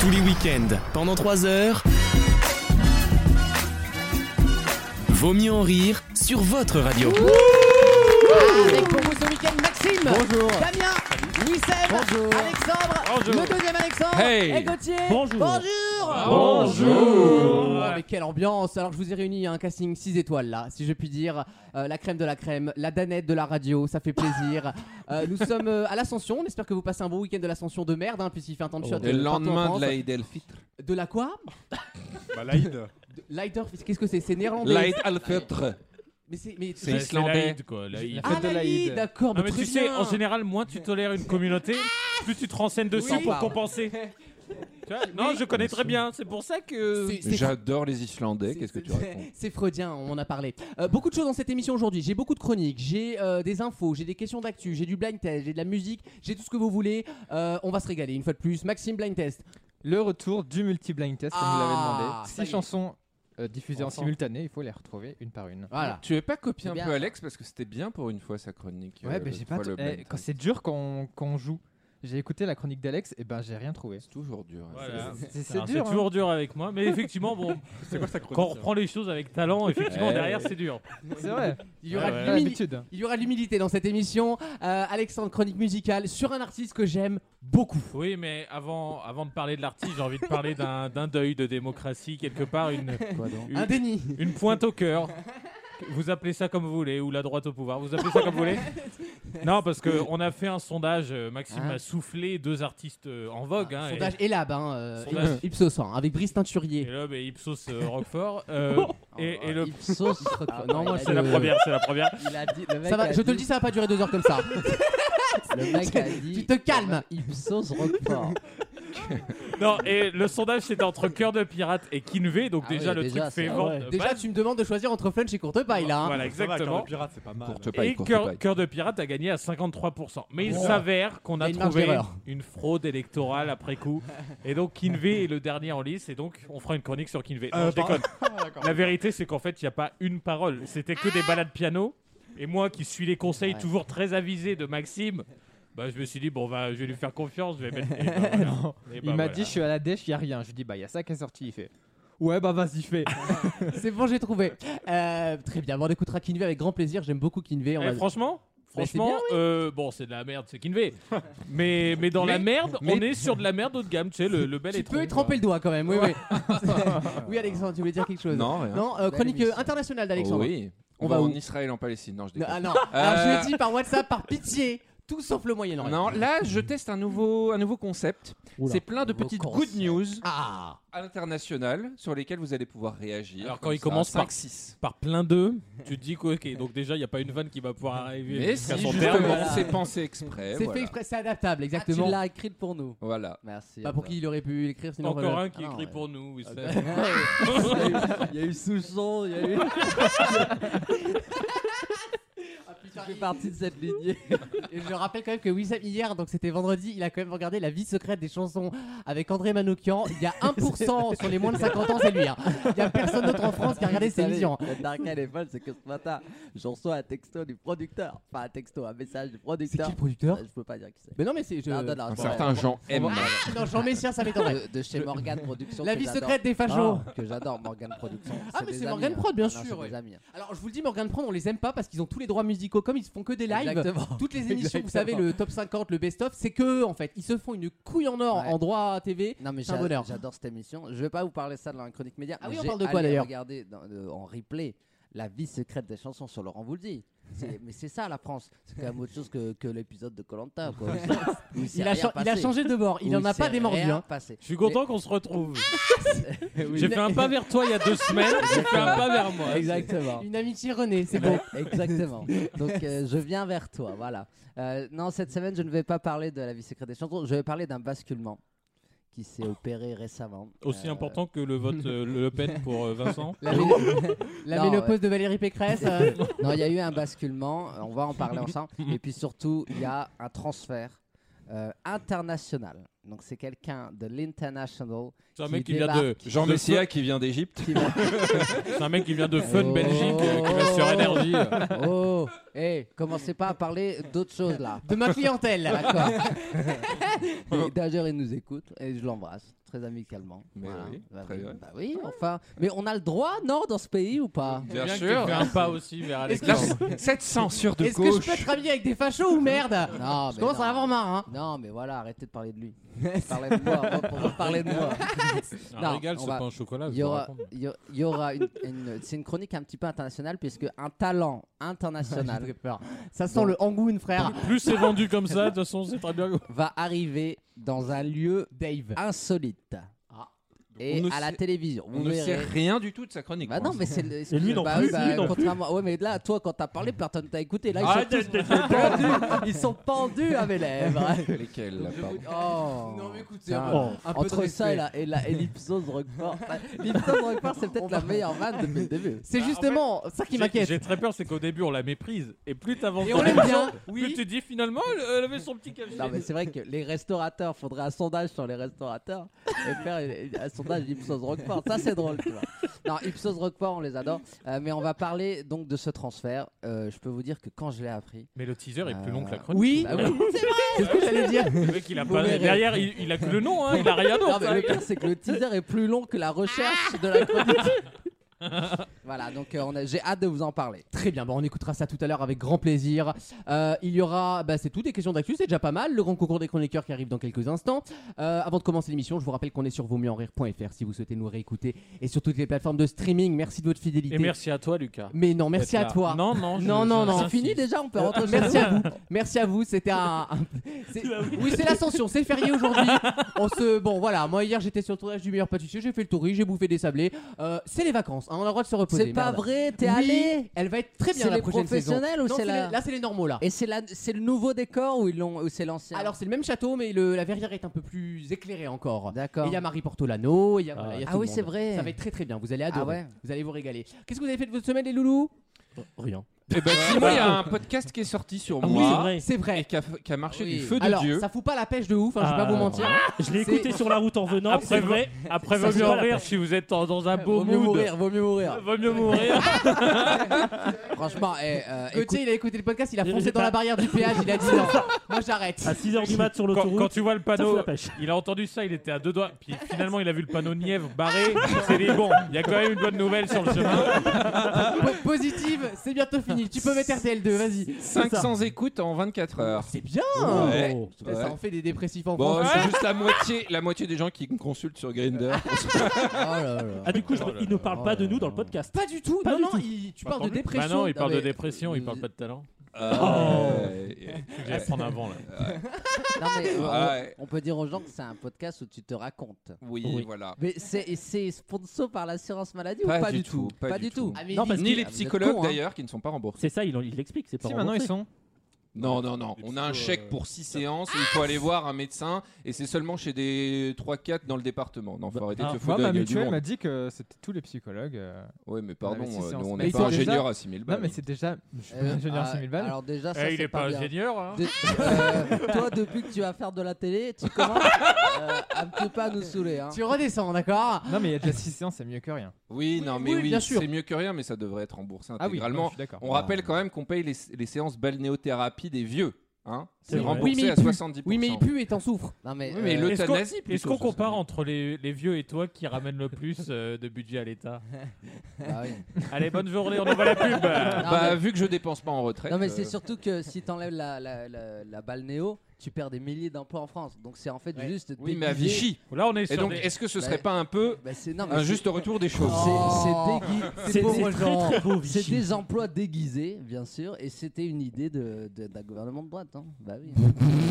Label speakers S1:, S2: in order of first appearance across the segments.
S1: Tous les week-ends, pendant 3 heures. Vaut mieux en rire sur votre radio.
S2: Avec pour vous ce week-end Maxime,
S3: Bonjour.
S2: Damien, Wissem,
S3: Bonjour.
S2: Alexandre,
S4: Bonjour.
S2: le deuxième Alexandre
S4: Hey.
S2: et Gauthier.
S4: Bonjour.
S2: Bonjour. Oh, mais quelle ambiance Alors je vous ai réuni à un casting 6 étoiles là, si je puis dire. Euh, la crème de la crème, la danette de la radio, ça fait plaisir. Euh, nous sommes euh, à l'ascension, on espère que vous passez un bon week-end de l'ascension de merde, hein, puisqu'il fait un temps de shot.
S3: Et le lendemain de l'Aïd el-Fitr.
S2: De la quoi
S5: Bah, l'Aïd.
S2: De- Lighter, qu'est-ce que c'est C'est néerlandais
S3: L'Aïd al-Fitr.
S2: Mais c'est... mais-
S3: C'est islandais.
S4: l'Aïd, quoi, l'Aïd.
S3: La
S2: Ah,
S3: fête de
S2: l'Aïd,
S3: l'Aïd.
S2: d'accord,
S4: Ah,
S2: mais
S4: mais tu
S2: très
S4: sais,
S2: bien.
S4: en général, moins tu tolères une communauté, plus tu te renseignes dessus
S2: Oui.
S4: pour compenser. Tu vois non, je connais très bien. C'est pour ça que.
S2: C'est- c'est
S3: J'adore les Islandais. Qu'est-ce que tu
S2: C'est-
S3: racontes
S2: C'est freudien, on en a parlé. Euh, beaucoup de choses dans cette émission aujourd'hui. J'ai beaucoup de chroniques, j'ai euh, des infos, j'ai des questions d'actu, j'ai du blind test, j'ai de la musique, j'ai tout ce que vous voulez. Euh, on va se régaler une fois de plus. Maxime Blind Test.
S6: Le retour du multi-blind test, comme
S2: Ah,
S6: vous l'avez demandé.
S2: ça y
S6: Six
S2: est.
S6: chansons euh, diffusées en
S4: Enfin.
S6: simultané, il faut les retrouver une par une.
S2: Voilà.
S3: Tu veux pas copier
S2: C'est
S3: un
S2: bien,
S3: peu
S2: ça.
S3: Alex parce que c'était bien pour une fois sa chronique.
S6: Ouais,
S3: euh,
S6: ben j'ai
S3: l'autre
S6: pas.
S3: fois,
S6: t-
S3: le
S6: eh,
S3: blind
S6: quand
S3: test.
S6: c'est dur quand on joue. J'ai écouté la chronique d'Alex et ben j'ai rien trouvé.
S3: C'est toujours dur. hein.
S4: Voilà.
S6: C'est c'est
S4: Alors, C'est
S6: dur. hein.
S4: toujours dur avec moi, mais effectivement, bon,
S5: C'est quoi sa chronique
S4: quand on reprend les choses avec talent, effectivement,
S3: Ouais.
S4: derrière, c'est dur.
S6: hein. C'est vrai.
S2: Il y aura
S4: Ouais, ouais.
S2: de
S6: Pas
S2: l'humili-
S6: l'habitude.
S2: il y aura de l'humilité dans cette émission. Euh, Alexandre, chronique musicale sur un artiste que j'aime beaucoup.
S4: Oui, mais avant, avant de parler de l'artiste, j'ai envie de parler d'un d'un deuil de démocratie, quelque part, une, une-
S2: Un déni.
S4: une pointe au cœur. Vous appelez ça comme vous voulez, ou la droite au pouvoir, vous appelez ça comme vous voulez. Non, parce qu'on a fait un sondage, euh, Maxime
S2: Hein
S4: a soufflé deux artistes euh, en vogue. hein, et-
S2: Sondage Elab, hein, euh,
S4: Sondage.
S2: Ipsos, hein, avec Brice
S4: Et
S2: Teinturier.
S4: l'homme et Ipsos euh, Roquefort. euh,
S2: Oh.
S4: et, et le...
S2: Ipsos, il se recro- non, moi,
S4: C'est
S2: je-
S4: la première, c'est la première.
S7: Il a dit, le mec
S2: Ça va,
S7: a
S2: je te le dis,
S7: dit-
S2: ça va pas durer deux heures comme ça.
S7: Le mec a dit.
S2: tu te calmes.
S7: Ipsos Roquefort.
S4: Non, et le sondage c'était entre Cœur de Pirate et Kinvé, donc
S7: Ah
S4: déjà
S7: ouais,
S4: le
S7: déjà,
S4: truc fait
S7: c'est-
S4: vendre.
S7: ah
S4: de
S2: Déjà,
S4: base.
S2: tu me demandes de choisir entre Flunch et Courtepaille là. hein.
S4: Voilà, exactement.
S5: pirate, c'est pas mal.
S3: Courte paille,
S4: Et
S3: courte
S4: Cœur,
S3: paille.
S4: Cœur de Pirate a gagné à 53%. Mais il
S2: Oh.
S4: s'avère qu'on
S2: Il y a
S4: a
S2: une marge
S4: trouvé
S2: d'erreur.
S4: une fraude électorale après coup. Et donc Kinvé est le dernier en lice. Et donc on fera une chronique sur Kinvé. Non,
S5: Euh,
S4: je déconne.
S5: D'accord.
S4: La vérité, c'est qu'en fait, il n'y a pas une parole. C'était que des balades piano. Et moi, qui suis les conseils toujours très avisés de Maxime, bah, je me suis dit, bon, bah, je vais lui faire confiance. Je vais mettre... Et bah, voilà.
S6: Non.
S4: Et bah,
S6: Il m'a
S4: voilà.
S6: dit je suis à la dèche, y a rien. Je lui dis bah y a ça qui est sorti. Il fait ouais bah vas-y fais.
S2: C'est bon, j'ai trouvé. Euh, très bien, bon, on écoutera Kinvey avec grand plaisir. J'aime beaucoup Kinvey. On
S4: Eh,
S2: va-
S4: franchement
S2: Mais
S4: Franchement, euh, bon, c'est de la merde, c'est Kinvey. mais, mais dans la merde, on est sur de la merde haut de gamme, tu sais, le, le bel
S2: Tu
S4: étron,
S2: peux y tremper le doigt quand même. Oui, oui. oui, Alexandre, tu voulais dire quelque chose
S3: Non, rien.
S2: Non, euh, chronique euh, internationale d'Alexandre.
S3: Oui.
S2: On
S3: On
S2: va
S3: va en
S2: où
S3: Israël, en Palestine. Non, je
S2: Non,
S3: déconne.
S2: ah non. Alors, je le dis par WhatsApp, par pitié, tout sauf le Moyen-Orient.
S3: Non, là, je teste un nouveau, un nouveau concept.
S2: Oula.
S3: C'est plein de
S2: Nouveau
S3: petites
S2: concept.
S3: good news
S2: Ah
S3: à l'international sur lesquelles vous allez pouvoir réagir.
S4: Alors, quand
S3: Comme
S4: il
S3: ça,
S4: commence par-
S3: 5-6.
S4: par plein d'eux. Tu te dis quoi, ok, donc déjà, il n'y a pas une vanne qui va pouvoir arriver
S3: Mais si,
S4: jusqu'à son terme.
S3: justement, c'est pensé exprès.
S2: C'est fait
S3: voilà.
S2: exprès, c'est adaptable,
S7: Ah, tu
S2: exactement.
S7: l'as écrite pour nous.
S3: Voilà.
S7: Merci.
S2: Bah, pour qui il aurait pu l'écrire sinon
S4: Encore
S2: voilà.
S4: un qui
S7: Ah,
S4: écrit
S7: ouais.
S4: pour nous. oui, c'est-
S7: Il y a eu Souchon, il y a eu.
S2: Putain,
S7: Je fais partie de cette lignée.
S2: Et je rappelle quand même que Wissam hier, donc c'était vendredi, il a quand même regardé La vie secrète des chansons avec André Manoukian. Il y a 1% sur les moins de 50 ans, c'est lui. hein. Il y a personne d'autre en France qui a regardé
S7: Vous savez,
S2: Céline Dion.
S7: La dark elle est folle, c'est que ce matin, j'en reçois un texto du producteur. Enfin, un texto, un message du producteur. Bah,
S2: producteur
S7: Je peux pas dire qui c'est.
S2: Mais non, mais c'est. Je...
S7: Non, non, non,
S3: Un
S7: c'est
S3: certain Jean M.
S2: Ah, non, Jean Messia, ça m'étonnerait.
S7: de, de chez Morgan Productions.
S2: La
S7: que
S2: vie
S7: j'adore.
S2: secrète des fachos.
S7: Ah, que j'adore Morgan Productions.
S2: Ah, mais
S7: des
S2: c'est
S7: amis,
S2: Morgan
S7: hein.
S2: Prod, bien
S7: Ah non,
S2: sûr,
S7: c'est
S2: ouais.
S7: des amis, hein.
S2: Alors, je vous le dis, Morgan Prendre, on les aime pas parce qu'ils ont tous les droits musicaux. Comme ils se font que des lives,
S7: Exactement.
S2: toutes les émissions, vous savez,
S7: Exactement.
S2: le top 50, le best-of, c'est que eux, en fait. Ils se font une couille en or
S7: Ouais.
S2: en droit TV.
S7: Non mais
S2: C'est un
S7: j'a-
S2: bonheur.
S7: j'adore cette émission. Je vais pas vous parler ça dans la chronique média.
S2: Ah
S7: mais
S2: oui, on
S7: j'ai
S2: parle de quoi,
S7: allé
S2: d'ailleurs
S7: Regarder dans- de- en replay la vie secrète des chansons sur Laurent Voulzy. C'est- Mais c'est ça la France. C'est quand même autre chose que, que l'épisode de Colanta.
S2: Il a, cha- il a changé de bord. Il en a pas démordu. hein.
S4: Je suis content qu'on se retrouve. J'ai
S2: Mais-
S4: fait un pas vers toi il y a deux semaines, j'ai fait un pas vers moi.
S7: Exactement.
S2: hein. Une amitié renée, c'est bon.
S7: Exactement. Donc euh, je viens vers toi, voilà. Euh, non, cette semaine, je ne vais pas parler de la vie secrète des chansons. Je vais parler d'un basculement qui s'est opéré récemment.
S4: Aussi
S7: Euh,
S4: important que le vote euh, Le Pen pour euh, Vincent.
S2: La, méno- la
S7: Non,
S2: ménopause de Valérie Pécresse. euh,
S7: Non, il y a eu un basculement, euh, on va en parler ensemble. Et puis surtout, il y a un transfert euh, international Donc c'est quelqu'un de l'International
S4: C'est un
S7: qui
S4: mec qui vient de.
S7: débarque.
S3: Jean
S4: de
S3: Messia qui vient d'Égypte.
S7: qui va-
S4: C'est un mec qui vient de Fun
S7: Oh.
S4: Belgique euh, qui va sur énergie.
S7: Oh, hé, commencez pas à parler d'autres choses là.
S2: De ma clientèle.
S7: D'accord. Et D'ailleurs, il nous écoute et je l'embrasse très amicalement.
S3: Mais oui,
S7: Bah
S3: très bien.
S7: Bah oui, enfin. Mais on a le droit, non, dans ce pays ou pas
S3: Bien
S4: que
S3: sûr.
S4: tu fais un pas aussi vers
S2: Est-ce que
S4: Alexandre.
S3: Là, cette censure de
S2: Est-ce que je
S3: gauche.
S2: peux être ami avec des fachos ou merde
S7: Non,
S2: Je
S7: mais
S2: commence
S7: non.
S2: Ah, à en avoir marre. Hein.
S7: Non, mais voilà, arrêtez de parler de lui. Parlez de moi, on va parler de moi.
S4: Un
S7: Non,
S4: régal,
S7: on
S4: ce
S7: va-
S4: pain au chocolat. je
S7: Il
S4: vous
S7: y aura,
S4: raconte.
S7: il y a- il y aura une, une- c'est une chronique un petit peu internationale puisque un talent international
S2: J'ai très peur. Ça sent le hangoun, frère.
S4: Plus c'est vendu comme ça, de toute façon, c'est très bien.
S7: va arriver dans un lieu
S2: Dave.
S7: insolite
S2: Ah.
S7: et
S3: on ne
S7: à la
S3: sait-
S7: télévision.
S3: On
S7: Vous
S3: ne sait
S7: verrez.
S3: rien du tout de sa chronique.
S7: Bah
S3: pour
S7: non, mais c'est le.
S8: Et lui non
S7: bah
S8: plus,
S7: oui, bah,
S8: lui non plus.
S7: contrairement- Ouais, mais là, toi, quand t'as parlé, personne t'a écouté. Là, ils
S4: Ah,
S7: sont tous pendus. Ils sont pendus à mes lèvres.
S3: l'instant. Lesquels là, pardon
S7: Oh.
S2: Non, mais écoutez,
S7: Putain.
S8: Oh.
S2: un peu de
S7: Entre ça
S2: respect.
S7: et la, et la et l'Ipsos Roquefort. L'Ipsos Roquefort, c'est peut-être la meilleure vanne depuis le début.
S2: C'est
S4: Bah, en
S2: justement ça qui
S4: J'ai-
S2: m'inquiète.
S4: J'ai très peur, c'est qu'au début on la méprise et plus t'avances
S2: Et
S4: dans
S2: on l'aime
S4: l'émission,
S2: bien.
S4: plus
S2: Oui.
S4: tu dis finalement elle, elle avait son petit cachet.
S7: Non, mais c'est vrai que les restaurateurs, faudrait un sondage sur les restaurateurs et faire une- une- un sondage Ipsos Roquefort. Ça, c'est drôle, tu vois. Non, Ipsos Roquefort, on les adore. Euh, mais on va parler donc de ce transfert. Euh, je peux vous dire que quand je l'ai appris.
S4: Mais le teaser est plus long que la chronique.
S2: Oui,
S7: Bah oui.
S2: c'est ce que j'allais dire.
S4: Le mec, il a
S7: Vous
S4: pas-
S7: verrez.
S4: derrière il, il a que le nom, hein, il a rien
S7: Non,
S4: d'autre.
S7: mais le pire, c'est que le teaser est plus long que la recherche de la chronique. voilà, donc euh, on a- j'ai hâte de vous en parler.
S2: Très bien, bon, on écoutera ça tout à l'heure avec grand plaisir. Euh, il y aura, bah, c'est tout, des questions d'actu, c'est déjà pas mal. Le grand concours des chroniqueurs qui arrive dans quelques instants. Euh, avant de commencer l'émission, je vous rappelle qu'on est sur vosmieuxenrire.fr si vous souhaitez nous réécouter et sur toutes les plateformes de streaming. Merci de votre fidélité.
S4: Et merci à toi Lucas.
S2: Mais non, merci à
S4: D'être là.
S2: toi.
S4: Non non je-
S2: Non, non,
S4: je-
S2: non.
S4: j'insiste.
S7: C'est fini déjà, on peut
S3: Euh,
S7: rentrer chez
S2: Merci
S7: nous
S2: à vous. Merci à vous. C'était un. un- c'est- Oui, c'est l'ascension. C'est férié aujourd'hui. On se. Bon, voilà. Moi, hier, j'étais sur le tournage du meilleur pâtissier. J'ai fait le touriste. J'ai bouffé des sablés. Euh, c'est les vacances. hein, on a le droit de se reposer.
S7: C'est pas
S2: merde.
S7: vrai, t'es
S2: Oui,
S7: allé
S2: Elle va être très bien
S7: C'est
S2: la
S7: les
S2: prochaine saison.
S7: professionnels ou
S2: Non,
S7: c'est
S2: c'est
S7: la-
S2: les- Là, c'est les normaux là.
S7: Et c'est la- c'est le nouveau décor ou ils l'ont- ou c'est l'ancien
S2: Alors c'est le même château, mais le- la verrière est un peu plus éclairée encore. Et
S7: d'accord.
S2: Il y a Marie Portolano, il y a, voilà, il y a
S7: Ah
S2: tout
S7: oui,
S2: le monde.
S7: c'est vrai.
S2: Ça va être très très bien, vous allez adorer,
S7: Ah ouais.
S2: vous allez vous régaler. Qu'est-ce que vous avez fait de votre semaine les loulous
S4: Rien.
S3: Eh ben, sinon, il y a un podcast qui est sorti sur
S8: Ah oui, c'est
S3: moi
S8: vrai.
S2: C'est vrai.
S3: et qui a, qui a marché
S2: Oui.
S3: du feu de
S2: Alors,
S3: Dieu.
S2: ça fout pas la pêche de ouf, hein, je vais
S8: Ah,
S2: pas vous mentir.
S8: Je l'ai
S2: C'est-
S8: écouté sur la route en venant,
S4: Après,
S8: c'est vrai.
S4: Après
S8: Ça
S4: vaut
S8: vaut
S4: mieux
S8: pas
S4: en
S8: la
S4: rire
S8: peine.
S4: si vous êtes en- dans un beau
S7: Vaut mieux
S4: mood.
S7: mourir, vaut mieux mourir.
S4: Vaut mieux mourir.
S7: Franchement, eh, euh,
S2: Gauthier,
S7: écoute-
S2: il a écouté le podcast, il a
S8: Il
S2: foncé
S8: était
S2: dans
S8: pas-
S2: la barrière du péage, il a dit non, moi j'arrête.
S8: À 6h du mat sur
S4: quand, quand
S8: l'autoroute,
S4: tu vois le
S8: ça fout
S4: panneau,
S8: la pêche.
S4: il a entendu ça, il était à deux doigts. Puis finalement, il a vu le panneau Nièvre barré. Il s'est dit bon, il y a quand même une bonne nouvelle sur le chemin.
S7: Ah,
S2: Po- Positive, c'est bientôt fini, tu peux mettre RTL2, vas-y.
S3: 500 écoutes en 24 heures.
S2: C'est bien
S3: Ouais.
S8: Oh.
S2: Putain, Ça en fait des dépressifs en
S3: Bon,
S2: France.
S3: c'est juste la moitié, la moitié des gens qui me consultent sur Grinder.
S7: Oh là là.
S8: Ah, du coup, je- il ne parle pas de nous dans le podcast.
S2: Pas du tout,
S8: Pas
S2: non,
S8: du
S2: non,
S8: tout.
S2: il- tu parles de
S4: Bah
S2: dépression.
S4: non, il parle de
S2: mais-
S4: dépression, il parle pas de talent.
S3: Euh, Oh.
S4: J'ai à prendre avant là.
S7: Non, mais, euh,
S3: Ouais.
S7: on, on peut dire aux gens que c'est un podcast où tu te racontes.
S3: oui,
S8: Oui.
S3: voilà.
S7: Mais c'est et c'est sponsor par l'assurance maladie
S3: Pas
S7: ou pas
S3: du
S7: du
S3: tout,
S7: tout,
S3: pas du tout.
S2: Ah, mais
S8: Non,
S2: il-
S8: parce
S3: Ni
S7: que-
S3: les
S7: ah, vous êtes
S3: psychologues
S7: cons, hein.
S3: d'ailleurs qui ne sont pas remboursés.
S8: C'est ça, il, en- il l'explique, c'est pas remboursé.
S5: sont.
S3: Non, non, non.
S5: Les
S3: On a un
S5: psychos,
S3: chèque
S5: euh,
S3: pour 6 séances et il faut aller voir un médecin et c'est seulement chez des 3-4 dans le département. Non, faut arrêter de se
S6: Ah, Moi,
S3: foutre de
S6: ma
S3: la gueule du
S6: mutuelle m'a
S3: monde.
S6: dit que c'était tous les psychologues. euh,
S3: Oui, mais
S6: On
S3: pardon,
S6: avait six
S3: euh,
S6: séances.
S3: nous on
S6: Mais
S3: n'est
S6: ils
S3: pas
S6: sont
S3: ingénieurs
S6: déjà-
S3: à 6000
S6: Non,
S3: balles.
S6: mais c'est déjà. Je suis pas
S7: Euh,
S6: ingénieur
S7: ah,
S6: 6000 balles.
S7: Alors déjà, ça
S4: Eh, il
S7: c'est
S4: est
S7: pas
S4: pas
S7: bien.
S4: ingénieur. hein.
S7: De- euh, toi, depuis que tu vas faire de la télé, tu commences euh, un petit peu à nous saouler. Hein.
S2: Tu redescends, d'accord
S6: Non, mais il y a déjà 6 séances, c'est mieux que rien.
S3: Oui, non, mais
S2: oui,
S3: oui,
S2: bien sûr.
S3: c'est mieux que rien, mais ça devrait être remboursé
S6: Ah oui, non, je
S3: intégralement.
S6: suis d'accord.
S3: On rappelle quand même qu'on paye les, les séances balnéothérapie des vieux. Hein
S8: C'est
S3: c'est
S8: vrai.
S3: remboursé
S2: Oui, mais
S3: à
S2: il pue.
S3: 70%.
S2: Oui, mais il pue et t'en souffres.
S7: Non mais,
S3: Oui, mais
S7: euh,
S3: le-
S4: Est-ce qu'on-
S3: Euthanasie,
S4: Est-ce
S3: plutôt,
S4: qu'on
S3: ça
S4: compare
S3: serait-
S4: entre les, les vieux et toi qui ramènent le plus euh, de budget à l'État
S2: ah
S7: bah oui.
S4: Allez, bonne journée, on envoie la pub
S7: Non,
S3: Bah,
S7: mais-
S3: vu que je dépense pas en retraite.
S7: Non mais
S3: euh,
S7: c'est surtout que si t'enlèves la, la, la, la balnéo, tu perds des milliers d'emplois en France. Donc c'est en fait
S2: Ouais.
S7: juste.
S3: Oui, mais à
S7: déguisé-
S3: Vichy.
S4: Là, on est
S3: Et
S4: sur
S3: donc,
S4: des-
S3: est-ce que ce
S7: Bah,
S3: serait pas un peu
S7: Bah, c'est non mais
S2: Ah,
S3: un
S7: c'est-
S3: juste retour des choses
S7: C'est
S2: Oh.
S7: c'est dégui-
S8: C'est
S7: c'est
S8: c'est
S7: pauvre
S8: très
S7: gens.
S8: très beau,
S7: C'est
S8: Vichy.
S7: des emplois déguisés, bien sûr, et c'était une idée de, de- d'un gouvernement de droite. hein. Bah oui. Bah,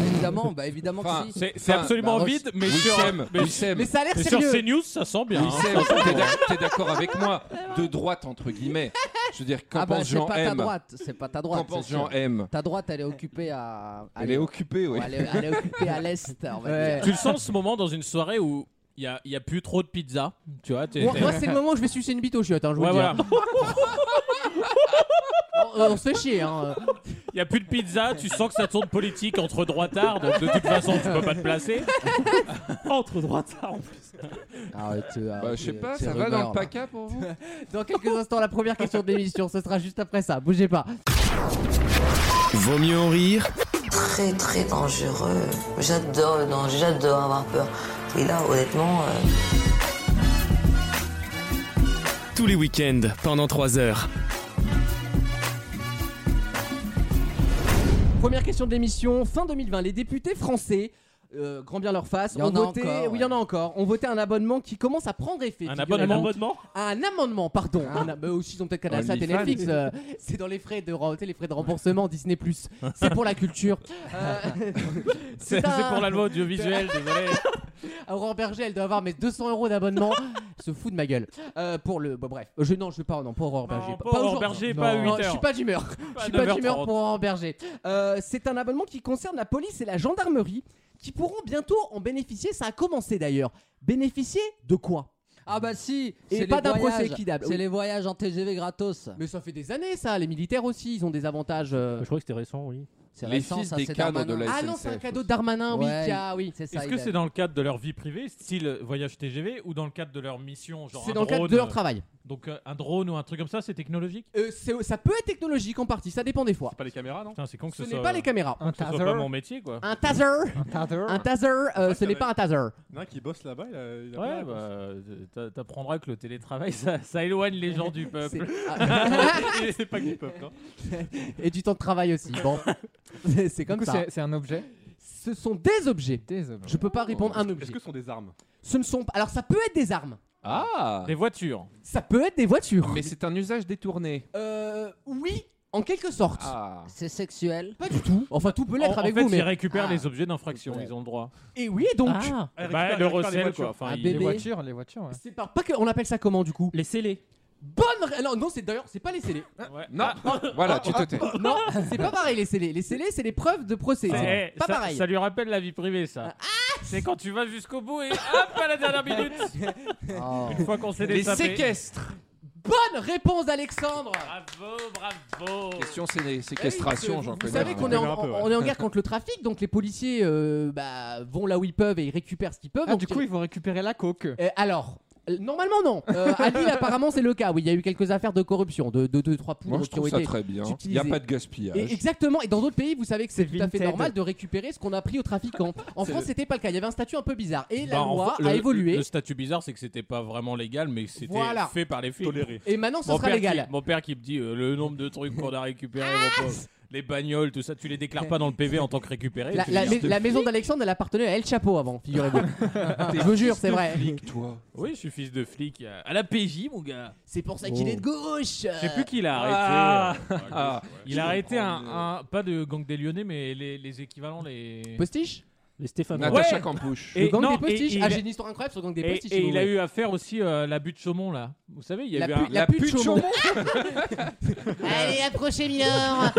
S7: évidemment, bah évidemment
S3: Enfin,
S7: que si.
S4: C'est c'est
S3: Enfin,
S4: absolument
S7: bah,
S4: vide, mais sur,
S3: Wissem,
S4: mais,
S3: Wissem,
S2: Mais ça a l'air
S4: mais sur
S2: sérieux.
S4: CNews, ça sent bien. hein.
S3: Wissem, t'es d'ac- t'es d'accord avec moi De droite, entre guillemets. Je veux dire, qu'en
S7: Ah bah
S3: pense
S7: c'est
S3: Jean
S7: pas ta
S3: M
S7: droite, c'est pas ta
S3: Qu'en
S7: droite.
S3: pense
S7: c'est sûr.
S3: Jean M
S7: Ta droite, elle est occupée à.
S3: Elle est occupée, oui.
S7: ouais, Elle est, elle est occupée à l'est, on va
S6: Ouais.
S7: dire.
S4: Tu le sens ce moment dans une soirée où il n'y a, il y a plus trop de pizza. Tu vois, t'es-
S2: Moi,
S4: t'es-
S2: moi, c'est le moment où je vais sucer une bite aux chiottes, hein, je vous
S4: Ouais,
S2: le dis.
S4: voilà.
S2: On, on se fait chier, hein.
S4: Il n'y a plus de pizza, tu sens que ça tourne politique entre droitards, donc de toute façon, tu peux pas te placer.
S8: Entre droitards en plus.
S7: euh,
S2: euh,
S3: Bah, je sais pas, ça va dans le PACA pour vous
S2: Dans quelques instants, la première question de l'émission, ce sera juste après ça. Bougez pas.
S1: Vaut mieux en rire
S9: très très dangereux. J'adore le danger, j'adore avoir peur. Et là, honnêtement, euh,
S1: tous les week-ends pendant 3 heures.
S2: Première question de l'émission, fin 2020, les députés français. euh, grand bien leur face,
S7: Il y en
S2: ont
S7: a
S2: voté,
S7: encore,
S2: oui, il y en a encore, ont voté un abonnement qui commence à prendre effet.
S4: Un
S2: figurez-vous.
S4: abonnement. abonnement
S2: Un amendement, pardon.
S7: Ah.
S2: Un ab- eux aussi, ils ont peut-être Canal Sat et
S3: OnlyFans.
S2: Netflix. euh, c'est dans les frais de, re- tu sais, les frais de remboursement Disney+. C'est pour la culture. Euh,
S4: C'est
S2: un-
S4: c'est pour la loi audiovisuelle, désolé.
S2: Aurore Berger, elle doit avoir mes 200 euros d'abonnement. Elle se fout de ma gueule. Euh, pour le. Bon, bref. Je, non, je veux pas. Non, pas Aurore Berger.
S4: pas Aurore
S2: aujourd'hui.
S4: Berger, pas à
S2: Non,
S4: 8
S2: Je suis
S4: heures.
S2: pas d'humeur. Je suis pas
S4: 9h30.
S2: d'humeur pour Aurore Berger. Euh, c'est un abonnement qui concerne la police et la gendarmerie qui pourront bientôt en bénéficier. Ça a commencé d'ailleurs. Bénéficier de quoi
S7: Ah bah si,
S2: Et
S7: c'est
S2: pas
S7: les
S2: d'impôt, c'est
S7: voyages.
S2: équitable.
S7: C'est
S2: Oui.
S7: les voyages en TGV gratos.
S2: Mais ça fait des années ça. Les militaires aussi, ils ont des avantages. euh.
S8: Je crois que c'était récent, oui.
S7: C'est
S3: Les
S7: récent,
S3: fils
S7: ça,
S3: des
S7: c'est
S3: cadres
S7: Darmanin.
S3: de la
S2: Ah non, c'est un
S3: SNCF
S2: cadeau
S3: aussi.
S2: d'Armanin, oui,
S7: Ouais,
S2: qui a- oui.
S7: C'est ça.
S4: Est-ce que
S7: il a-
S4: c'est dans le cadre de leur vie privée, style voyage TGV, ou dans le cadre de leur mission, genre
S2: C'est
S4: un
S2: dans le cadre
S4: drone,
S2: de leur travail.
S4: Donc euh, un drone ou un truc comme ça, c'est technologique
S2: Euh, c'est- ça peut être technologique en partie, ça dépend des fois.
S5: C'est pas les caméras, non
S4: Putain, c'est con que
S2: Ce
S4: ce,
S2: n'est
S4: soit,
S2: pas les caméras.
S6: Un
S4: que ce soit
S6: taser.
S4: pas mon métier, quoi.
S2: Un taser
S6: Un taser.
S2: Un taser, euh, ce
S5: ça
S2: n'est
S5: va
S2: pas un taser.
S5: Il y en a un qui bosse là-bas, il a, il a
S4: Ouais,
S5: pas-
S4: bah, euh, t'a- t'apprendras que le télétravail, ça, ça éloigne les gens du peuple.
S5: C'est pas que du peuple, hein.
S2: Et du temps de travail aussi. Bon, c'est
S6: Du
S2: comme
S6: coup,
S2: ça.
S6: c'est c'est un objet.
S2: Ce sont des objets.
S6: Des objets.
S2: Je peux pas répondre un
S5: Est-ce
S2: objet.
S5: que ce sont des armes
S2: Ce ne sont pas. Alors ça peut être des armes.
S3: Ah
S4: Des voitures.
S2: Ça peut être des voitures.
S3: Mais c'est un usage détourné.
S2: Euh, oui, en quelque sorte.
S3: Ah
S7: C'est sexuel.
S2: Pas du tout. Enfin, tout peut
S4: En,
S2: l'être
S4: en
S2: avec
S4: fait,
S2: vous,
S4: ils
S2: mais.
S4: récupèrent
S7: Ah.
S4: les objets d'infraction, ils ont le droit.
S2: Et oui, et donc.
S8: Ah,
S5: Elle récupère-
S4: Bah, le
S5: elle récupère les
S4: recel,
S5: voitures.
S4: quoi. Enfin,
S2: Un
S4: il-
S6: Les
S2: bébé.
S6: voitures, les voitures. ouais.
S2: C'est pas, pas que. On appelle ça comment du coup
S8: les scellés.
S2: Bonne. ré- Non, non, c'est d'ailleurs, c'est pas les scellés.
S4: Ouais.
S3: Non Voilà, tu te tais.
S2: Non, c'est pas pareil les scellés. Les scellés, c'est les preuves de procès.
S4: Eh,
S2: C'est pas
S4: ça,
S2: pareil. Ah,
S4: ça lui rappelle la vie privée, ça. Ah c'est quand tu vas jusqu'au bout et hop à la dernière minute. Une fois qu'on s'est
S3: Les
S4: désapé.
S3: séquestres
S2: Bonne réponse, Alexandre.
S4: Bravo, bravo.
S3: Question sé- séquestration,
S2: Oui,
S3: j'en
S2: vous-
S3: connais.
S2: Vous savez
S5: un.
S2: qu'on est,
S5: J'en
S2: en-
S5: connais un peu,
S2: on-
S5: ouais.
S2: on est en guerre contre le trafic, donc les policiers euh, bah, vont là où ils peuvent et ils récupèrent ce qu'ils peuvent.
S6: Ah,
S2: donc
S6: du
S2: tu-
S6: coup, ils vont récupérer la coke.
S2: Euh, alors. euh, Normalement non. Euh, à Lille apparemment c'est le cas. Oui, il y a eu quelques affaires de corruption, de 2 trois poudres
S3: Moi, je
S2: qui ont
S3: trouve ça
S2: été.
S3: très bien. Il n'y
S2: utilisés.
S3: a pas de gaspillage.
S2: Et exactement. Et dans d'autres pays, vous savez que c'est
S6: C'est
S2: tout à fait
S6: Vinted.
S2: normal de récupérer ce qu'on a pris aux trafiquants. En France, c'était pas le cas. Il y avait un statut un peu bizarre. Et la
S4: Bah, en
S2: loi
S4: fait, le-
S2: a évolué.
S4: Le statut bizarre, c'est que c'était pas vraiment légal, mais c'était
S2: Voilà.
S4: fait par les filles.
S5: Toléré.
S2: Et maintenant, ce
S4: Mon
S2: sera
S4: père,
S2: légal.
S4: qui, mon père qui me dit euh, le nombre de trucs qu'on a récupérés, mon pauvre. les bagnoles, tout ça, tu les déclares pas dans le PV en tant que récupéré.
S2: La,
S4: tu
S2: la-
S4: dis,
S2: mais- la maison d'Alexandre, elle appartenait à El Chapeau avant, figurez-vous. Je vous jure, c'est vrai.
S3: toi.
S4: Oui, je suis fils de flic euh, à la PJ, mon gars.
S2: C'est pour ça qu'il est de gauche.
S4: Je sais plus qui l'a
S3: Ah.
S4: arrêté. euh,
S3: Ah,
S4: Il a arrêté
S3: comprends,
S4: un, un- pas de gang des Lyonnais, mais les, les équivalents les.
S2: Postiche.
S8: Les Stéphanois.
S3: Natacha
S4: Ouais.
S3: Campouche.
S2: Le gang
S4: non,
S2: des postiches.
S4: il
S2: Ah,
S4: a-
S2: j'ai une histoire incroyable sur le gang des
S4: et-
S2: postiches.
S4: et
S2: si vous
S4: il a
S2: voulez.
S4: eu affaire aussi euh, l'abus de Chaumont là. Vous savez, il y
S2: La
S4: avait
S2: pu-
S4: un-
S2: la pute
S3: de
S2: Chaumont.
S3: Chaumont.
S2: Allez, approchez Milord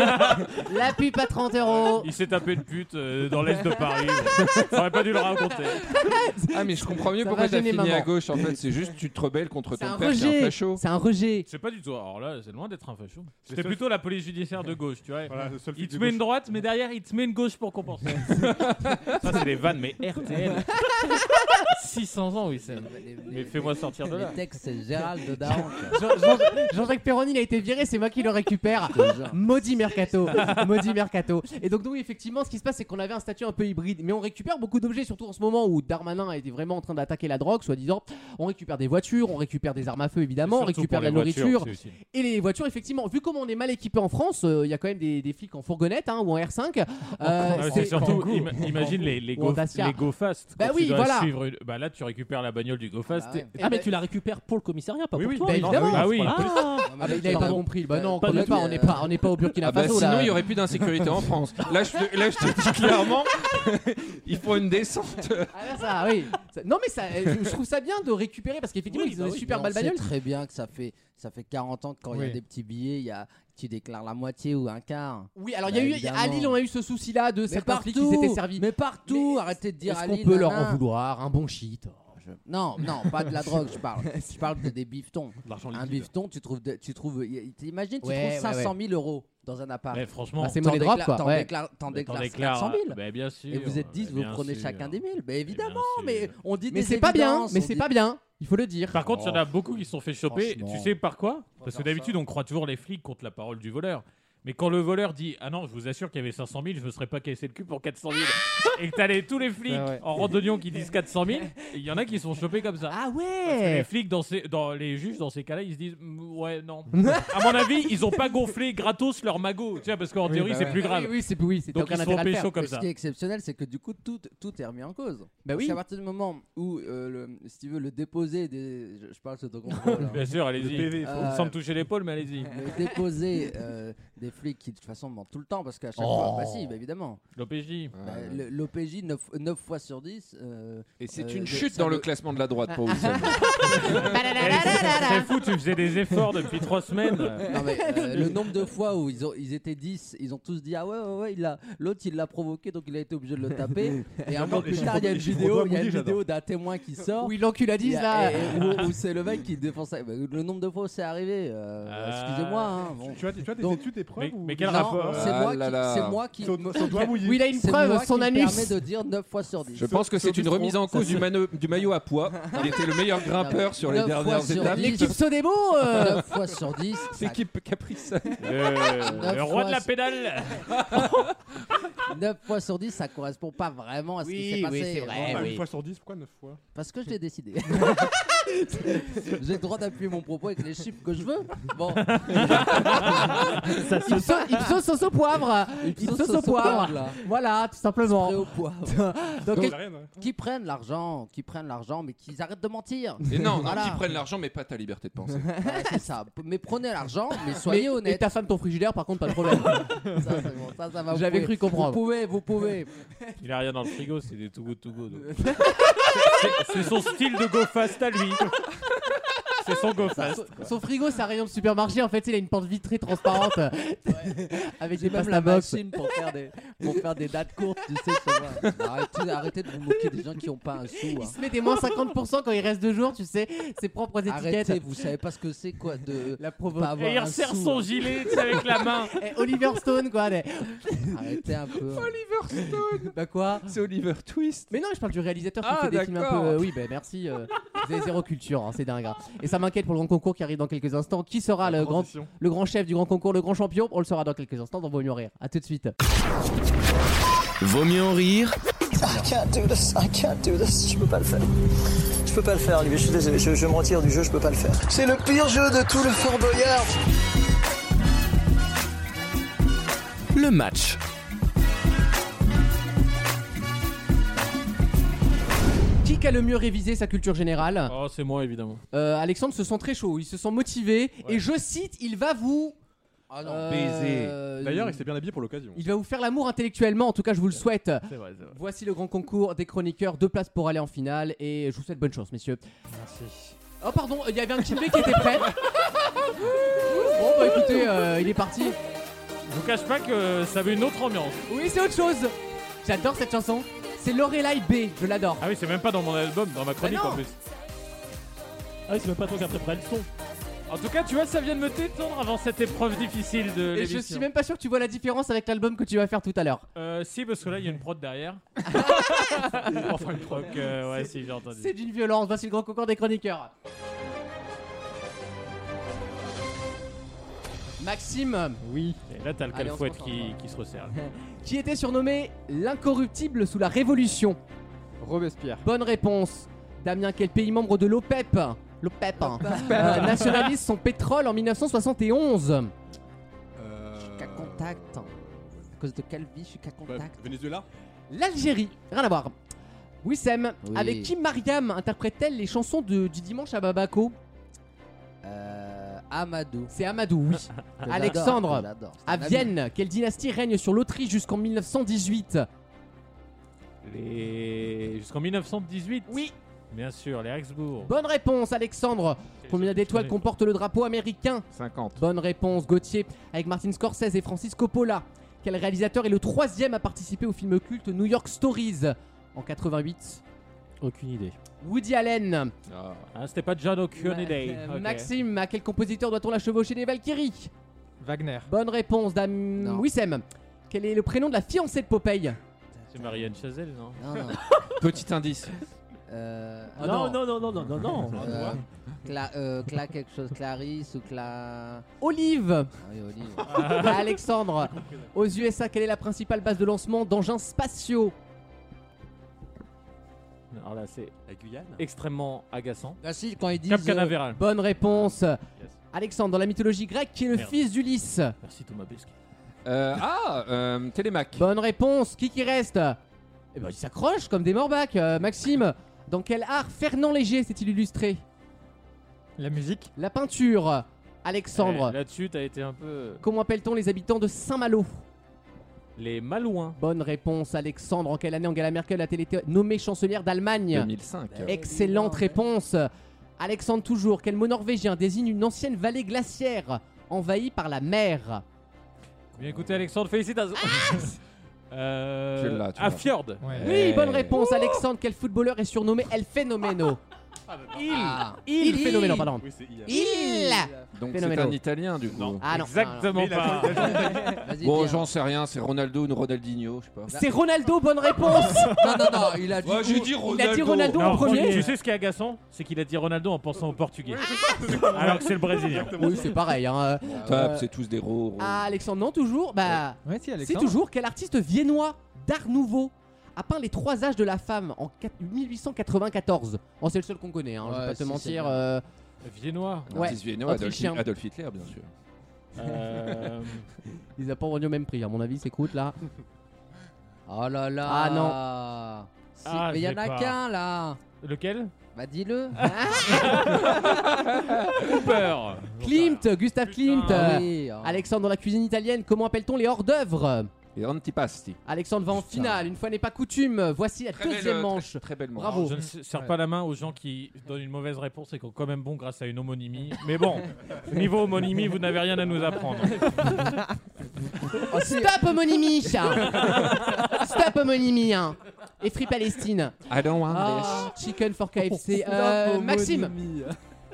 S2: La pub à 30 euros
S4: Il s'est tapé de pute euh, dans l'est de Paris. J'aurais pas dû le raconter.
S3: Ah, mais je comprends mieux
S2: Ça
S3: pourquoi
S2: va
S3: t'as
S2: gêner
S3: fini
S2: maman.
S3: à gauche. En fait, c'est juste tu te rebelles contre
S2: C'est
S3: ton
S2: un
S3: père qui est un
S2: rejet
S3: facho.
S2: C'est un rejet
S4: C'est pas du tout. Alors là, c'est loin d'être un facho.
S5: C'est
S4: C'était
S5: ça.
S4: plutôt la police judiciaire de gauche, tu vois.
S5: Voilà, le seul
S4: Il
S5: flic
S4: te
S5: de
S4: met
S5: gauche.
S4: une droite, mais derrière, il te met une gauche pour compenser. Ça, c'est des vannes, mais RTL. 600 ans, oui, c'est.
S7: Les-
S4: Mais
S7: les-
S4: fais-moi sortir de là.
S7: Les textes, c'est Gérald de Daron.
S2: Jean- Jean- Jean-Jacques Perroni, il a été viré, c'est moi qui le récupère Maudit mercato Maudit mercato Et donc, donc oui, effectivement, ce qui se passe, c'est qu'on avait un statut un peu hybride, mais on récupère beaucoup d'objets, surtout en ce moment où Darmanin était vraiment en train d'attaquer la drogue, soi-disant. On récupère des voitures, on récupère des armes à feu, évidemment, on
S4: Surtout
S2: récupère
S4: pour
S2: de la
S4: les voitures,
S2: nourriture,
S4: c'est utile.
S2: Et les voitures, effectivement, vu comment on est mal équipé en France, euh, il y a quand même des, des flics en fourgonnette hein, ou en R5. euh,
S4: Ah,
S2: c'est-
S4: c'est surtout, im- imagine les, les,
S2: Ou en
S4: go,
S2: Dacia.
S4: les go fast.
S2: Bah
S4: Quand
S2: oui,
S4: tu dois
S2: voilà.
S4: suivre une- Bah là, tu récupères la bagnole du go fast.
S7: Ah ouais.
S4: et-
S2: Eh
S8: Ah, mais
S2: ben-
S8: tu la récupères pour le commissariat, pas
S5: Oui,
S8: pour
S5: oui.
S8: toi.
S2: Bah, évidemment.
S4: Ah oui.
S2: Ah, bah, il avait pas
S8: Pardon.
S2: compris. Bah non, on
S8: Pas
S2: connaît
S8: du
S2: pas,
S7: tout,
S2: on n'est
S7: euh.
S2: pas, on n'est pas au Burkina
S3: Ah bah,
S2: Faso
S3: sinon,
S2: là.
S3: il n'y aurait plus d'insécurité en France. Là, je, te- là, je te dis clairement, il faut une descente.
S2: Ah, là, ça, oui. Ça- Non mais ça, euh, je je trouve ça bien de récupérer parce qu'effectivement
S8: Oui,
S2: ils
S8: bah
S2: ont des
S8: oui,
S2: super
S7: Mais
S2: belles
S7: on sait
S2: bagnoles.
S7: très bien que ça fait, ça fait 40 ans que quand il y
S6: Oui.
S7: a des petits billets, il y a, tu déclares la moitié ou un quart.
S2: Oui, alors il
S7: Bah,
S2: y a eu à
S7: évidemment.
S2: Lille on a eu ce souci là de
S7: Mais
S2: certains flics qui
S7: partout,
S2: s'étaient servis.
S7: mais partout,
S2: Mais
S7: arrêtez de dire
S2: Est-ce
S7: à
S2: qu'on
S7: Lille,
S2: peut leur
S7: nanan.
S2: en vouloir un bon shit Oh, je-
S7: Non, non, pas de la drogue, je parle. Je parle de, des bifetons.
S5: L'argent
S7: Un
S5: liquide.
S7: bifton, tu trouves, de- tu trouves, y- y- t'imagines, tu
S2: Ouais,
S7: trouves
S2: ouais,
S7: 500 000 euros dans un appart.
S4: Mais franchement,
S2: Bah, c'est
S7: T'en
S2: money drop,
S7: décla-
S2: quoi,
S7: T'en
S2: ouais.
S7: déclares, t'en
S4: mais t'en
S7: déclares
S4: déclares,
S7: 500 000.
S4: bah, bien sûr.
S7: Et vous êtes 10,
S4: bah,
S7: vous
S4: bien
S7: prenez
S4: sûr.
S7: chacun des 1000. Mais
S4: Mais
S7: évidemment,
S4: bien sûr.
S7: mais on dit
S2: Mais
S7: des
S2: c'est pas bien,
S7: évidences,
S2: mais
S7: on
S2: c'est
S7: dit-
S2: pas bien, il faut le dire.
S4: Par contre, il y en a beaucoup qui se sont fait choper.
S7: Franchement.
S4: Tu sais par quoi Parce que
S7: faire
S4: d'habitude, on croit toujours les flics contre la parole du voleur. Mais quand le voleur dit Ah non, je vous assure qu'il y avait 500 000, je me serais pas cassé le cul pour 400 000. et que t'as les- tous les flics
S6: Ah ouais.
S4: en randonnion qui disent 400 000, et il y en a qui se sont chopés comme ça. Ah
S2: Eh.
S4: ouais Les flics, dans ces, dans, les juges, dans ces cas-là, ils se disent Mm, Ouais, non. à mon avis, ils ont pas gonflé gratos leur magot. Tu vois, parce qu'en théorie,
S6: bah
S4: c'est
S6: ouais.
S4: plus grave.
S2: Oui, oui, c'est oui, c'est
S4: Donc
S2: aucun
S4: ils se
S2: intérêt
S4: font
S2: à le faire.
S4: pécho comme
S7: Mais
S4: ça.
S7: Ce qui est exceptionnel, c'est que du coup, tout, tout est remis en cause.
S2: Bah oui.
S7: C'est à partir du moment où, euh, le, si tu veux, le déposer des. Je, je parle de contrôle. hein.
S4: Bien sûr, allez-y.
S5: PV, faut-
S7: Euh,
S4: Sans me toucher l'épaule, mais allez-y.
S7: le déposer euh, des flics qui, de toute façon, mentent tout le temps parce qu'à chaque
S2: Oh.
S7: fois. Bah si, bah, évidemment.
S4: L'OPJ.
S7: Bah, le- L'OPJ, 9, fois sur 10. euh,
S3: Et c'est
S7: euh,
S3: une
S7: de-
S3: chute
S7: ça
S3: dans le Ah.
S7: veut-
S3: classement de la droite pour Wilson.
S4: Eh, c'est- C'est fou, tu faisais des efforts depuis trois semaines.
S7: non, mais, euh, le nombre de fois où ils, ont, ils étaient 10, ils ont tous dit Ah ouais, ouais, ouais, il l'a- l'autre il l'a provoqué donc il a été obligé de le taper. Et un mois
S5: J'adore les
S7: plus tard, il y a une
S5: chiffres- les
S7: vidéo,
S5: chiffres
S7: il y a une
S5: mouillés,
S7: vidéo d'un témoin qui sort.
S2: Oui, l'encul à 10
S7: Il y a-
S2: là.
S7: et- et où, où c'est le mec qui défend ça. Bah, Le nombre de fois où c'est arrivé, euh,
S4: Ah.
S7: excusez-moi. hein, bon.
S5: Tu vois, tu vois des
S7: Donc-
S5: études, des preuves
S4: Mais-
S5: ou-
S4: mais quel
S7: Non,
S4: rapport euh,
S7: C'est
S3: Ah
S7: moi,
S3: là
S7: qui-
S3: là.
S7: c'est moi qui.
S5: Son
S7: me-
S5: son doigt mouillé.
S2: Oui, il a une
S7: c'est
S2: preuve,
S7: moi
S2: son
S7: qui me permet
S2: anus.
S7: de dire 9 fois sur 10.
S3: Je pense que c'est une
S5: Sauf-
S3: remise en cause du, mano- du maillot à poids. Il était le meilleur grimpeur sur les
S7: Neuf fois
S3: dernières
S7: sur
S3: étapes.
S7: dix.
S2: L'équipe Sodebo euh,
S7: 9 fois sur 10.
S3: C'est équipe Caprice.
S4: Le, le roi de la pédale.
S7: 9 fois sur 10, ça correspond pas vraiment à ce qui
S2: Oui,
S7: s'est
S2: oui,
S7: passé.
S2: c'est vrai. Eh
S5: Ah,
S2: oui.
S5: Une fois sur 10, pourquoi 9 fois
S7: Parce que je l'ai décidé. J'ai le droit d'appuyer mon propos avec les chiffres que je veux. Bon,
S8: Ça se
S2: Ipsos, Ipsos sauce au poivre. Ipsos, sauce au poivre.
S7: là.
S2: Voilà, tout simplement.
S7: Prêt au poivre.
S2: Oh.
S5: Non,
S2: Donc, qu'est-
S5: j'ai rien,
S4: hein.
S5: ouais.
S7: Qui prennent l'argent, qui prennent l'argent, mais qu'ils arrêtent de mentir.
S3: Et non, non
S7: Voilà.
S3: ils prennent l'argent, mais pas ta liberté de penser.
S7: Ouais, c'est ça. Mais prenez l'argent, mais
S2: mais-
S7: soyez
S2: Et
S7: honnêtes.
S2: ta femme, ton frigidaire, par contre, pas de problème.
S7: Ça, c'est bon, ça, ça va. vous
S2: J'avais
S7: pouvez-
S2: cru comprendre.
S7: Vous pouvez, vous pouvez.
S4: Il a rien dans le frigo, c'est des to go to go. donc. C'est- C'est son style de go fast à lui. C'est son go fast.
S2: Son- Son frigo, c'est un rayon de supermarché. En fait, il a une pente vitrée transparente euh, avec des
S7: J'ai même
S2: pasta
S7: la
S2: box.
S7: machine pour faire des, pour faire des dates courtes, tu sais. chez moi. Arrêtez, arrêtez de vous moquer des gens qui n'ont pas un sou.
S2: Il
S7: hein.
S2: se met des moins 50% quand il reste deux jours, tu sais, ses propres étiquettes.
S7: Arrêtez, vous savez pas ce que c'est quoi de
S2: La provo-
S7: pas avoir
S4: Et il
S7: un
S4: resserre
S7: sou,
S4: son
S7: hein.
S4: gilet tu sais, avec la main.
S2: Eh, Oliver Stone, quoi. des-
S7: Arrêtez un peu. hein.
S2: Bah quoi
S3: C'est Oliver Twist.
S2: Mais non, je parle du réalisateur qui
S3: Ah,
S2: fait des films un peu.
S3: d'accord.
S2: euh, oui, bah merci. euh, vous avez zéro culture, hein, c'est dingue. hein. Et ça m'inquiète pour le grand concours qui arrive dans quelques instants. Qui sera le grand,
S5: Transition.
S2: le grand chef du grand concours, le grand champion On le saura dans quelques instants dans Vaut mieux en rire. A tout de suite.
S1: Vaut mieux en rire
S10: I can't do this, I can't do this, je peux pas le faire. Je peux pas le faire, lui, je suis désolé, je, je me retire du jeu, je peux pas le faire. C'est le pire jeu de tout le Fort Boyard.
S1: le match.
S2: Qui a le mieux révisé sa culture générale
S4: Oh, c'est moi évidemment.
S2: Euh, Alexandre se sent très chaud, ils se sont motivés
S4: Ouais.
S2: et je cite, il va vous
S7: Ah non.
S2: Euh,
S5: D'ailleurs, il s'est bien habillé pour l'occasion.
S2: il va vous faire l'amour intellectuellement, en tout cas je vous le souhaite.
S5: C'est vrai, c'est vrai.
S2: Voici le grand concours des chroniqueurs, deux places pour aller en finale et je vous souhaite bonne chance messieurs. Oh pardon, il y avait un petit bébé qui était prêt. bon bah écoutez, euh, il est parti.
S4: Je vous cache pas que ça avait une autre ambiance.
S2: Oui c'est autre chose. J'adore cette chanson. C'est Lorelai B, je l'adore.
S4: Ah oui, c'est même pas dans mon album, dans ma chronique
S2: Bah non.
S4: en plus.
S8: Ah oui, c'est même pas toi qui as préparé le son.
S4: En tout cas, tu vois, ça vient de me détendre avant cette épreuve difficile de
S2: Et je
S4: l'émission.
S2: suis même pas sûr que tu vois la différence avec l'album que tu vas faire tout à l'heure.
S4: Euh, si, parce que là, il y a une prod derrière. enfin, une prod. que- ouais, si, j'ai entendu.
S2: C'est d'une violence, voici le grand concours des chroniqueurs. Maxime,
S4: Oui. Et là, t'as le
S2: Allez, on se
S4: calfouette
S2: concentre,
S4: qui,
S2: ouais.
S4: qui se resserre.
S2: qui était surnommé l'incorruptible sous la Révolution.
S6: Robespierre.
S2: Bonne réponse. Damien, quel pays membre de l'OPEP L'OPEP hein. Euh, nationalise son pétrole en 1971.
S5: Euh,
S7: Je suis qu'à contact. À cause de Calvi, je suis qu'à
S5: bah,
S7: contact.
S5: Venezuela
S2: L'Algérie, rien à voir. Wissem,
S7: Oui.
S2: avec qui Mariam interprète-t-elle les chansons de- du dimanche à Babako
S7: Euh, Amadou.
S2: C'est Amadou, oui.
S7: que j'adore,
S2: Alexandre,
S7: que j'adore. C'est
S2: À
S7: un ami.
S2: Vienne, quelle dynastie règne sur l'Autriche jusqu'en 1918
S4: Les... Jusqu'en 1918
S2: Oui.
S4: Bien sûr, les Habsbourg.
S2: Bonne réponse, Alexandre. Combien d'étoiles
S4: qu'on
S2: comporte le drapeau américain
S3: 50.
S2: Bonne réponse, Gauthier, avec Martin Scorsese et Francis Coppola. Quel réalisateur est le troisième à participer au film culte New York Stories en 88
S8: Aucune idée.
S2: Woody Allen.
S8: Ah, c'était pas John O'Connelly.
S2: Ma- euh,
S8: Ok.
S2: Maxime, à quel compositeur doit-on la chevaucher des Valkyries
S6: Wagner.
S2: Bonne réponse, Dame Wissem. Quel est le prénom de la fiancée de Popeye
S4: C'est Marianne Chazelle, non
S3: Petit indice.
S2: Ah
S8: non,
S2: non.
S8: non, non, non, non, non, non.
S7: Euh, Cla, euh, Cla quelque chose, Clarisse ou Cla.
S2: Olive
S7: Ah oui, Olive.
S8: Ah.
S2: À Alexandre. Aux USA, quelle est la principale base de lancement d'engins spatiaux
S4: Alors là, c'est
S5: La Guyane
S4: extrêmement agaçant.
S7: Ah si, quand ils disent.
S4: Cap
S7: euh,
S4: Canaveral.
S2: Bonne réponse. Alexandre, dans la mythologie grecque, qui est le
S8: Merde.
S2: fils d'Ulysse
S8: Merci Thomas Pesquet.
S3: Euh, ah, euh, Télémac.
S2: Bonne réponse. Qui qui reste Eh ben, ils s'accrochent comme des morbacs. Euh, Maxime, dans quel art Fernand Léger s'est-il illustré
S6: La musique.
S2: La peinture.
S4: Eh,
S2: Alexandre,
S4: Là-dessus, t'as été un peu. euh,
S2: comment appelle-t-on les habitants de Saint-Malo
S4: Les Malouins.
S2: Bonne réponse, Alexandre. En quelle année Angela Merkel a-t-elle été nommée chancelière d'Allemagne
S3: 2005.
S2: Excellente réponse. Alexandre, toujours. Quel mot norvégien désigne une ancienne vallée glaciaire envahie par la mer
S4: Bien écoutez, Alexandre, félicitations. euh,
S3: Tu l'as, tu
S4: à
S3: l'as.
S4: Fjord.
S6: Ouais.
S2: Oui,
S7: Euh,
S3: Eh.
S2: bonne réponse, Alexandre. Quel footballeur est surnommé El Fenomeno
S7: Ah, bah,
S2: Il. Il. Fenomeno,
S7: hein.
S2: pardon.
S5: Oui, c'est IA.
S2: Il.
S3: Donc c'est
S2: Phénoménal.
S3: un Italien du coup.
S2: Ah non. non,
S4: Exactement pas.
S7: Vas-y,
S3: Bon,
S7: dis,
S3: j'en sais rien, c'est Ronaldo ou Ronaldinho, je sais pas.
S2: non. C'est Ronaldo, bonne réponse
S7: Non, non, non, il a dit.
S3: Ouais, j'ai
S7: ou-
S3: dit
S2: Il a dit Ronaldo en
S4: Non,
S2: premier
S4: Tu sais ce qui est agaçant C'est qu'il a dit Ronaldo en pensant au portugais. Alors que c'est le brésilien.
S2: Oui, c'est pareil. Hein.
S7: Oh.
S3: Top,
S2: Euh,
S3: c'est tous des ros. ros.
S2: Ah, Alexandre, non, toujours Bah,
S6: Ouais, si,
S2: si,
S6: Alexandre.
S2: toujours. Quel artiste viennois d'art nouveau a peint les trois âges de la femme en quat- 1894 Bon, c'est le seul qu'on connaît, hein, je vais
S7: Ouais,
S2: pas te
S7: si, c'est
S2: mentir.
S7: bien.
S2: euh,
S4: Viennois.
S3: Un
S2: ouais,
S3: petit viennois, Adolf,
S2: autrichien.
S3: Adolf Hitler, bien sûr.
S4: Euh,
S2: ils a pas vendu au même prix, à mon avis, c'est cool là.
S7: Oh là là.
S2: Ah,
S7: non.
S4: Ah,
S7: mais il y
S4: je
S7: en
S4: l'ai pas.
S7: a qu'un là.
S4: lequel
S7: Bah dis-le.
S4: Cooper.
S2: Klimt, Gustave
S4: Putain.
S2: Klimt.
S7: Ah
S2: euh,
S7: oui, oh.
S2: Alexandre, dans la cuisine italienne, comment appelle-t-on les hors-d'œuvre
S3: Et Antipasti.
S2: Alexandre va en finale, une fois n'est pas coutume. Voici la deuxième manche.
S3: Très belle Ah, manche.
S2: Bravo.
S4: Je ne se- serre pas la main aux gens qui donnent une mauvaise réponse et qui ont quand même bon grâce à une homonymie. Mais bon, niveau homonymie, vous n'avez rien à nous apprendre.
S7: Oh, si.
S2: Stop homonymie Stop homonymie hein. Et Free Palestine
S3: I don't want this.
S2: Ah, Chicken for KFC Euh, Maxime,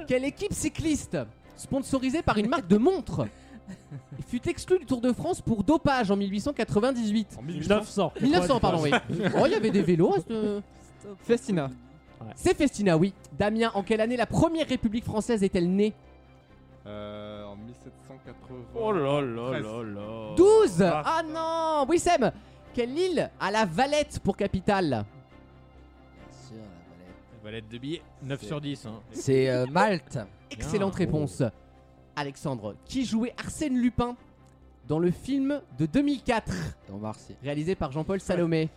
S2: quelle équipe cycliste sponsorisée par une marque de montres fut exclue du Tour de France pour dopage en 1898
S5: En 1900.
S8: 1900.
S2: 1900 pardon oui Oh il y avait des vélos à ce-
S6: Festina.
S2: C'est Festina oui Damien, en quelle année la première république française est-elle née
S5: Euh, en 1780.
S4: Oh là là là là.
S2: 12
S4: Ah.
S2: Ah non Oui Sam Quelle île a la Valette pour capitale
S7: Bien sûr, la valette.
S4: Valette de billets. 9 sur 10. hein.
S7: C'est euh, Malte.
S2: Excellente
S4: Bien.
S2: réponse. Alexandre, qui jouait Arsène Lupin dans le film de 2004
S7: Omar Sy.
S2: réalisé par Jean-Paul Salomé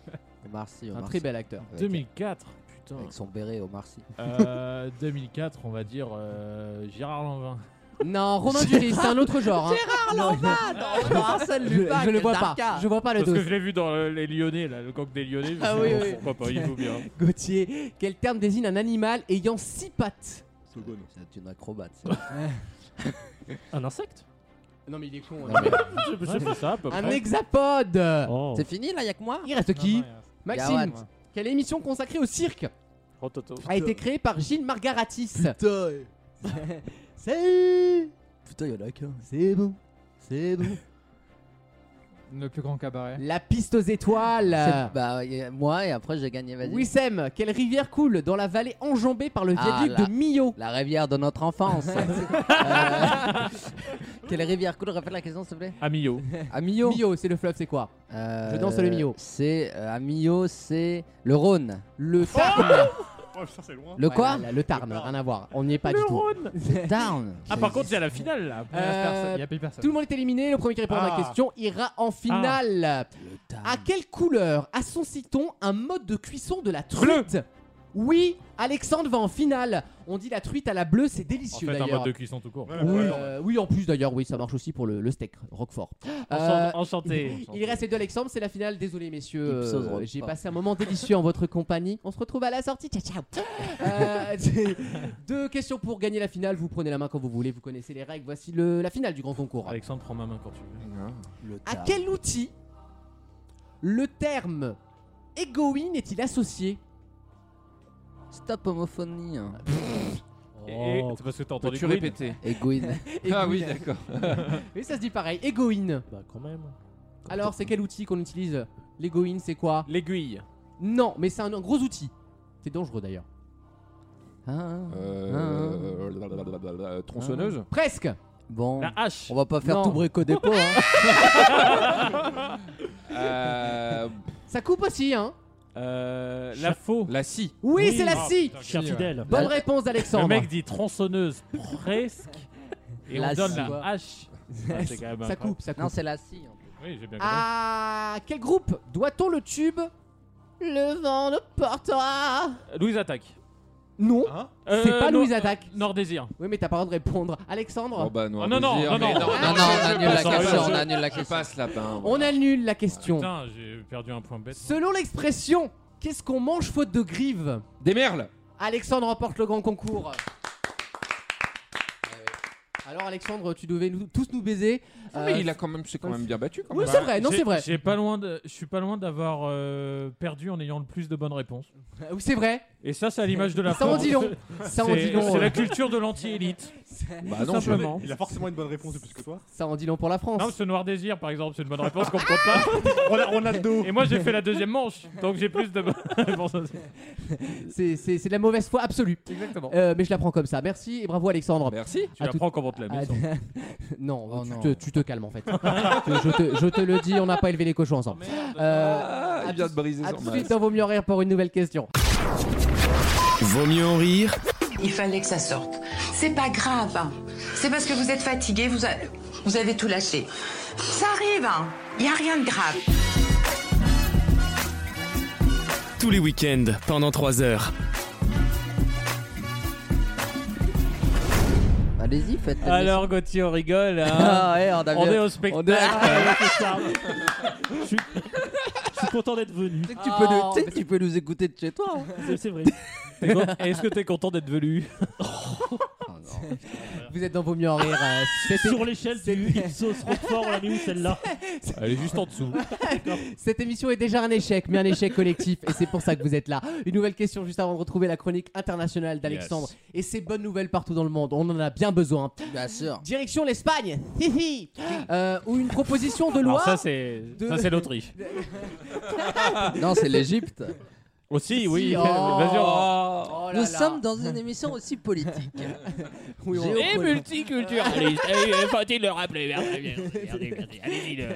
S7: Omar Sy.
S2: Un
S7: Omar
S2: très
S7: Sy.
S2: bel acteur.
S7: Avec-
S4: 2004.
S2: hein.
S4: Putain.
S7: Avec son béret Omar Sy.
S4: Euh, 2004, on va dire euh, Gérard Lanvin.
S2: Non, Romain Duris, c'est un autre genre. hein. Je, je le vois pas. Je vois pas Ah, le
S4: Parce que
S2: dos.
S4: je l'ai vu dans euh, les Lyonnais, là, le coq des Lyonnais. je me
S2: Ah
S4: suis
S2: oui,
S4: dit, bon,
S2: oui.
S4: Pourquoi pas, il joue bien.
S2: Gauthier, quel terme désigne un animal ayant six pattes
S5: Sogone.
S7: C'est une acrobate. ça.
S8: Un insecte
S2: Non mais il est con.
S7: Non, mais-
S8: Je sais pas ça à peu
S2: Un hexapode.
S8: Oh.
S7: C'est fini là, y'a que moi
S2: Il reste qui Maxime,
S7: Yawan.
S2: quelle émission consacrée au cirque
S4: Rototo.
S2: a été créée par Gilles Margaratis
S7: Putain
S2: C'est
S7: Putain, y'en a qu'un. C'est bon. C'est bon.
S6: Le plus grand cabaret.
S2: la piste aux étoiles. Euh,
S7: C'est- Bah, y a moi et après j'ai gagné, vas-y.
S2: Wissem, quelle rivière coule dans la vallée enjambée par le
S7: Ah
S2: viaduc
S7: là.
S2: de Millau
S7: La rivière de notre enfance. Euh, Quelle rivière cool Répète la question, s'il te plaît.
S4: Amio.
S7: À Millau.
S2: Millau, c'est le fleuve, c'est quoi
S7: Euh,
S2: Je danse le Millau.
S7: C'est euh, à Millau, c'est le Rhône. Oh
S2: Le Tarn.
S5: Oh putain, c'est loin.
S7: Le quoi
S2: Voilà, Le Tarn, rien à voir. On n'y est pas du tout.
S7: Down.
S4: Ah, par contre, c'est à la finale, là.
S2: Euh,
S6: Il n'y a plus Ah, personne.
S2: tout le monde est éliminé. Le premier qui répond à la
S8: Ah.
S2: question ira en finale. À quelle couleur associe-t-on un mode de cuisson de la truite Oui, Alexandre va en finale. On dit la truite à la bleue, c'est
S4: En
S2: délicieux
S4: fait, un mode
S2: d'ailleurs.
S4: de cuisson tout court.
S5: Voilà,
S2: Oui,
S5: voilà.
S2: euh, oui, en plus d'ailleurs, oui, ça marche aussi pour le, le steak Roquefort. Euh,
S8: Enchant- Enchanté.
S2: Il reste les deux Alexandre, c'est la finale. Désolé messieurs, euh,
S7: Ipsos Roquefort.
S2: j'ai passé un moment délicieux en votre compagnie. On se retrouve à la sortie. Ciao ciao. Euh, c'est- deux questions pour gagner la finale. Vous prenez la main quand vous voulez. Vous connaissez les règles. Voici le- la finale du grand concours.
S4: Alexandre, prends ma main quand tu veux.
S7: Le
S2: À
S7: Tarn.
S2: quel outil le terme égoïne est-il associé
S7: Stop homophonie. hein.
S4: Et-
S8: Oh,
S4: c'est Oh, parce que t'as entendu
S3: Peux-tu
S4: Gwyn
S3: répéter
S7: Egoïne.
S3: Ah oui, d'accord.
S2: Oui, ça se dit pareil. Egoïne.
S8: Bah, quand même.
S2: Alors, c'est quel outil qu'on utilise L'Egoïne, c'est quoi
S4: L'aiguille.
S2: Non, mais c'est un gros outil. C'est dangereux d'ailleurs.
S7: Ah,
S3: Euh, blablabla, Tronçonneuse
S2: Presque
S7: bon,
S2: Oh.
S4: La hache.
S7: on va pas faire
S2: Non.
S7: tout brico dépôt. Hein.
S3: Euh,
S2: Ça coupe aussi, hein
S4: Euh, la faux.
S3: La scie.
S2: Oui,
S8: Oui.
S2: c'est la
S8: Ah,
S2: scie
S8: Chien fidèle.
S2: Bonne réponse
S4: Le
S2: d'Alexandre.
S4: mec dit tronçonneuse presque. Et
S7: La
S4: on donne
S7: scie.
S4: la hache. Ah, c'est quand même
S2: Ça Ah.
S4: incroyable.
S2: coupe, ça coupe.
S7: non, c'est la scie. en fait.
S4: Oui, j'ai bien compris.
S2: À quel groupe doit-on le tube Le vent ne portera
S4: Louise attaque.
S2: Non, c'est
S4: Euh,
S2: pas
S4: non,
S2: Louise Attaque.
S4: Nord Désir.
S2: Oui, mais t'as pas le droit de répondre. Alexandre,
S3: Oh bah,
S4: Oh, non, non,
S3: Désir,
S4: non,
S3: mais
S4: non.
S7: Non, non, on annule la
S4: pense en
S7: question.
S4: vrai.
S7: On annule la
S3: Je
S7: question.
S3: passe là-bas. hein,
S2: on annule la question.
S4: Putain, j'ai perdu un point bête.
S2: Selon l'expression, qu'est-ce qu'on mange faute de grive
S3: Des merles
S2: Euh, Alexandre remporte le grand concours. Alors Alexandre, tu devais nous- tous nous baiser.
S3: Ah,
S2: Euh,
S3: mais il a quand même, c'est quand même bien battu quand
S2: Oui,
S3: même.
S2: c'est vrai, non
S4: Bah, hein. J'ai-
S2: c'est vrai.
S4: j'ai pas loin de- Je suis pas loin d'avoir euh, perdu en ayant le plus de bonnes réponses.
S2: Oui, c'est vrai.
S4: Et ça, c'est à l'image de la
S2: Ça en
S4: France.
S2: dit long. Ça en
S4: C'est-
S2: dit long.
S4: C'est
S2: euh,
S4: la culture de l'anti-élite.
S3: Bah
S4: tout
S3: non, je-
S4: simplement.
S5: Il a forcément une bonne réponse de plus que toi.
S2: Ça en dit long pour la France.
S4: Non, ce Noir Désir, par exemple, c'est une bonne réponse qu'on compte pas.
S5: Ronaldo
S4: Et moi, j'ai fait la deuxième manche, donc j'ai plus de bonnes réponses.
S2: C'est c'est- c'est de la mauvaise foi absolue.
S4: Exactement.
S2: Euh, mais je la prends comme ça. Merci et bravo Alexandre.
S3: Merci.
S4: Tu
S2: à tout-
S4: apprends comment te la
S2: Ah,
S4: maison.
S2: non,
S7: Oh,
S2: tu,
S7: non.
S2: Te, tu te calmes en fait. je, je te, je te le dis, on n'a pas élevé les cochons ensemble. Euh,
S3: Ah, il vient de briser
S2: à
S3: son
S2: tout de
S3: masque.
S2: suite dans Vaut mieux en rire pour une nouvelle question.
S1: Vaut mieux en rire
S9: Il fallait que ça sorte. C'est pas grave. hein. C'est parce que vous êtes fatigué, vous, a- vous avez tout lâché. Ça arrive, hein. il n'y a rien de grave.
S1: tous les week-ends pendant 3 heures.
S7: Allez-y, faites la
S8: Alors, Gauthier, on rigole.
S7: mission.
S8: hein.
S7: Ah, ouais, on, a
S8: On
S7: bien-
S8: est au
S7: on
S8: spectacle.
S7: est-
S8: Ah, c'est ça. Je suis je suis content d'être venu.
S7: Tu sais que tu peux
S2: Ah,
S7: nous- tu sais que tu peux nous écouter de chez toi. hein.
S8: C'est- C'est vrai. Est-ce que t'es content d'être venu
S2: Vous êtes dans Vaut mieux en rire. euh, c'était-
S8: Sur l'échelle du Ipsos Roquefort, on l'a mis où, celle-là
S4: Elle est juste en dessous.
S2: Cette émission est déjà un échec, mais un échec collectif, et c'est pour ça que vous êtes là. Une nouvelle question juste avant de retrouver la chronique internationale d'Alexandre et ses bonnes nouvelles partout dans le monde. On en a bien besoin.
S7: Bien sûr.
S2: Direction l'Espagne, hihi, euh, où une proposition de loi.
S8: Alors, ça, c'est ça, c'est l'Autriche.
S7: Non, c'est l'Égypte.
S8: Aussi,
S2: Si,
S8: oui.
S2: oh.
S8: Vas-y, on-
S2: Oh là
S7: Nous
S2: là.
S7: sommes dans une émission aussi politique.
S2: Oui, on-
S7: Géo-
S8: multiculturaliste. Eh, Faut-il le rappeler Allez-y, le.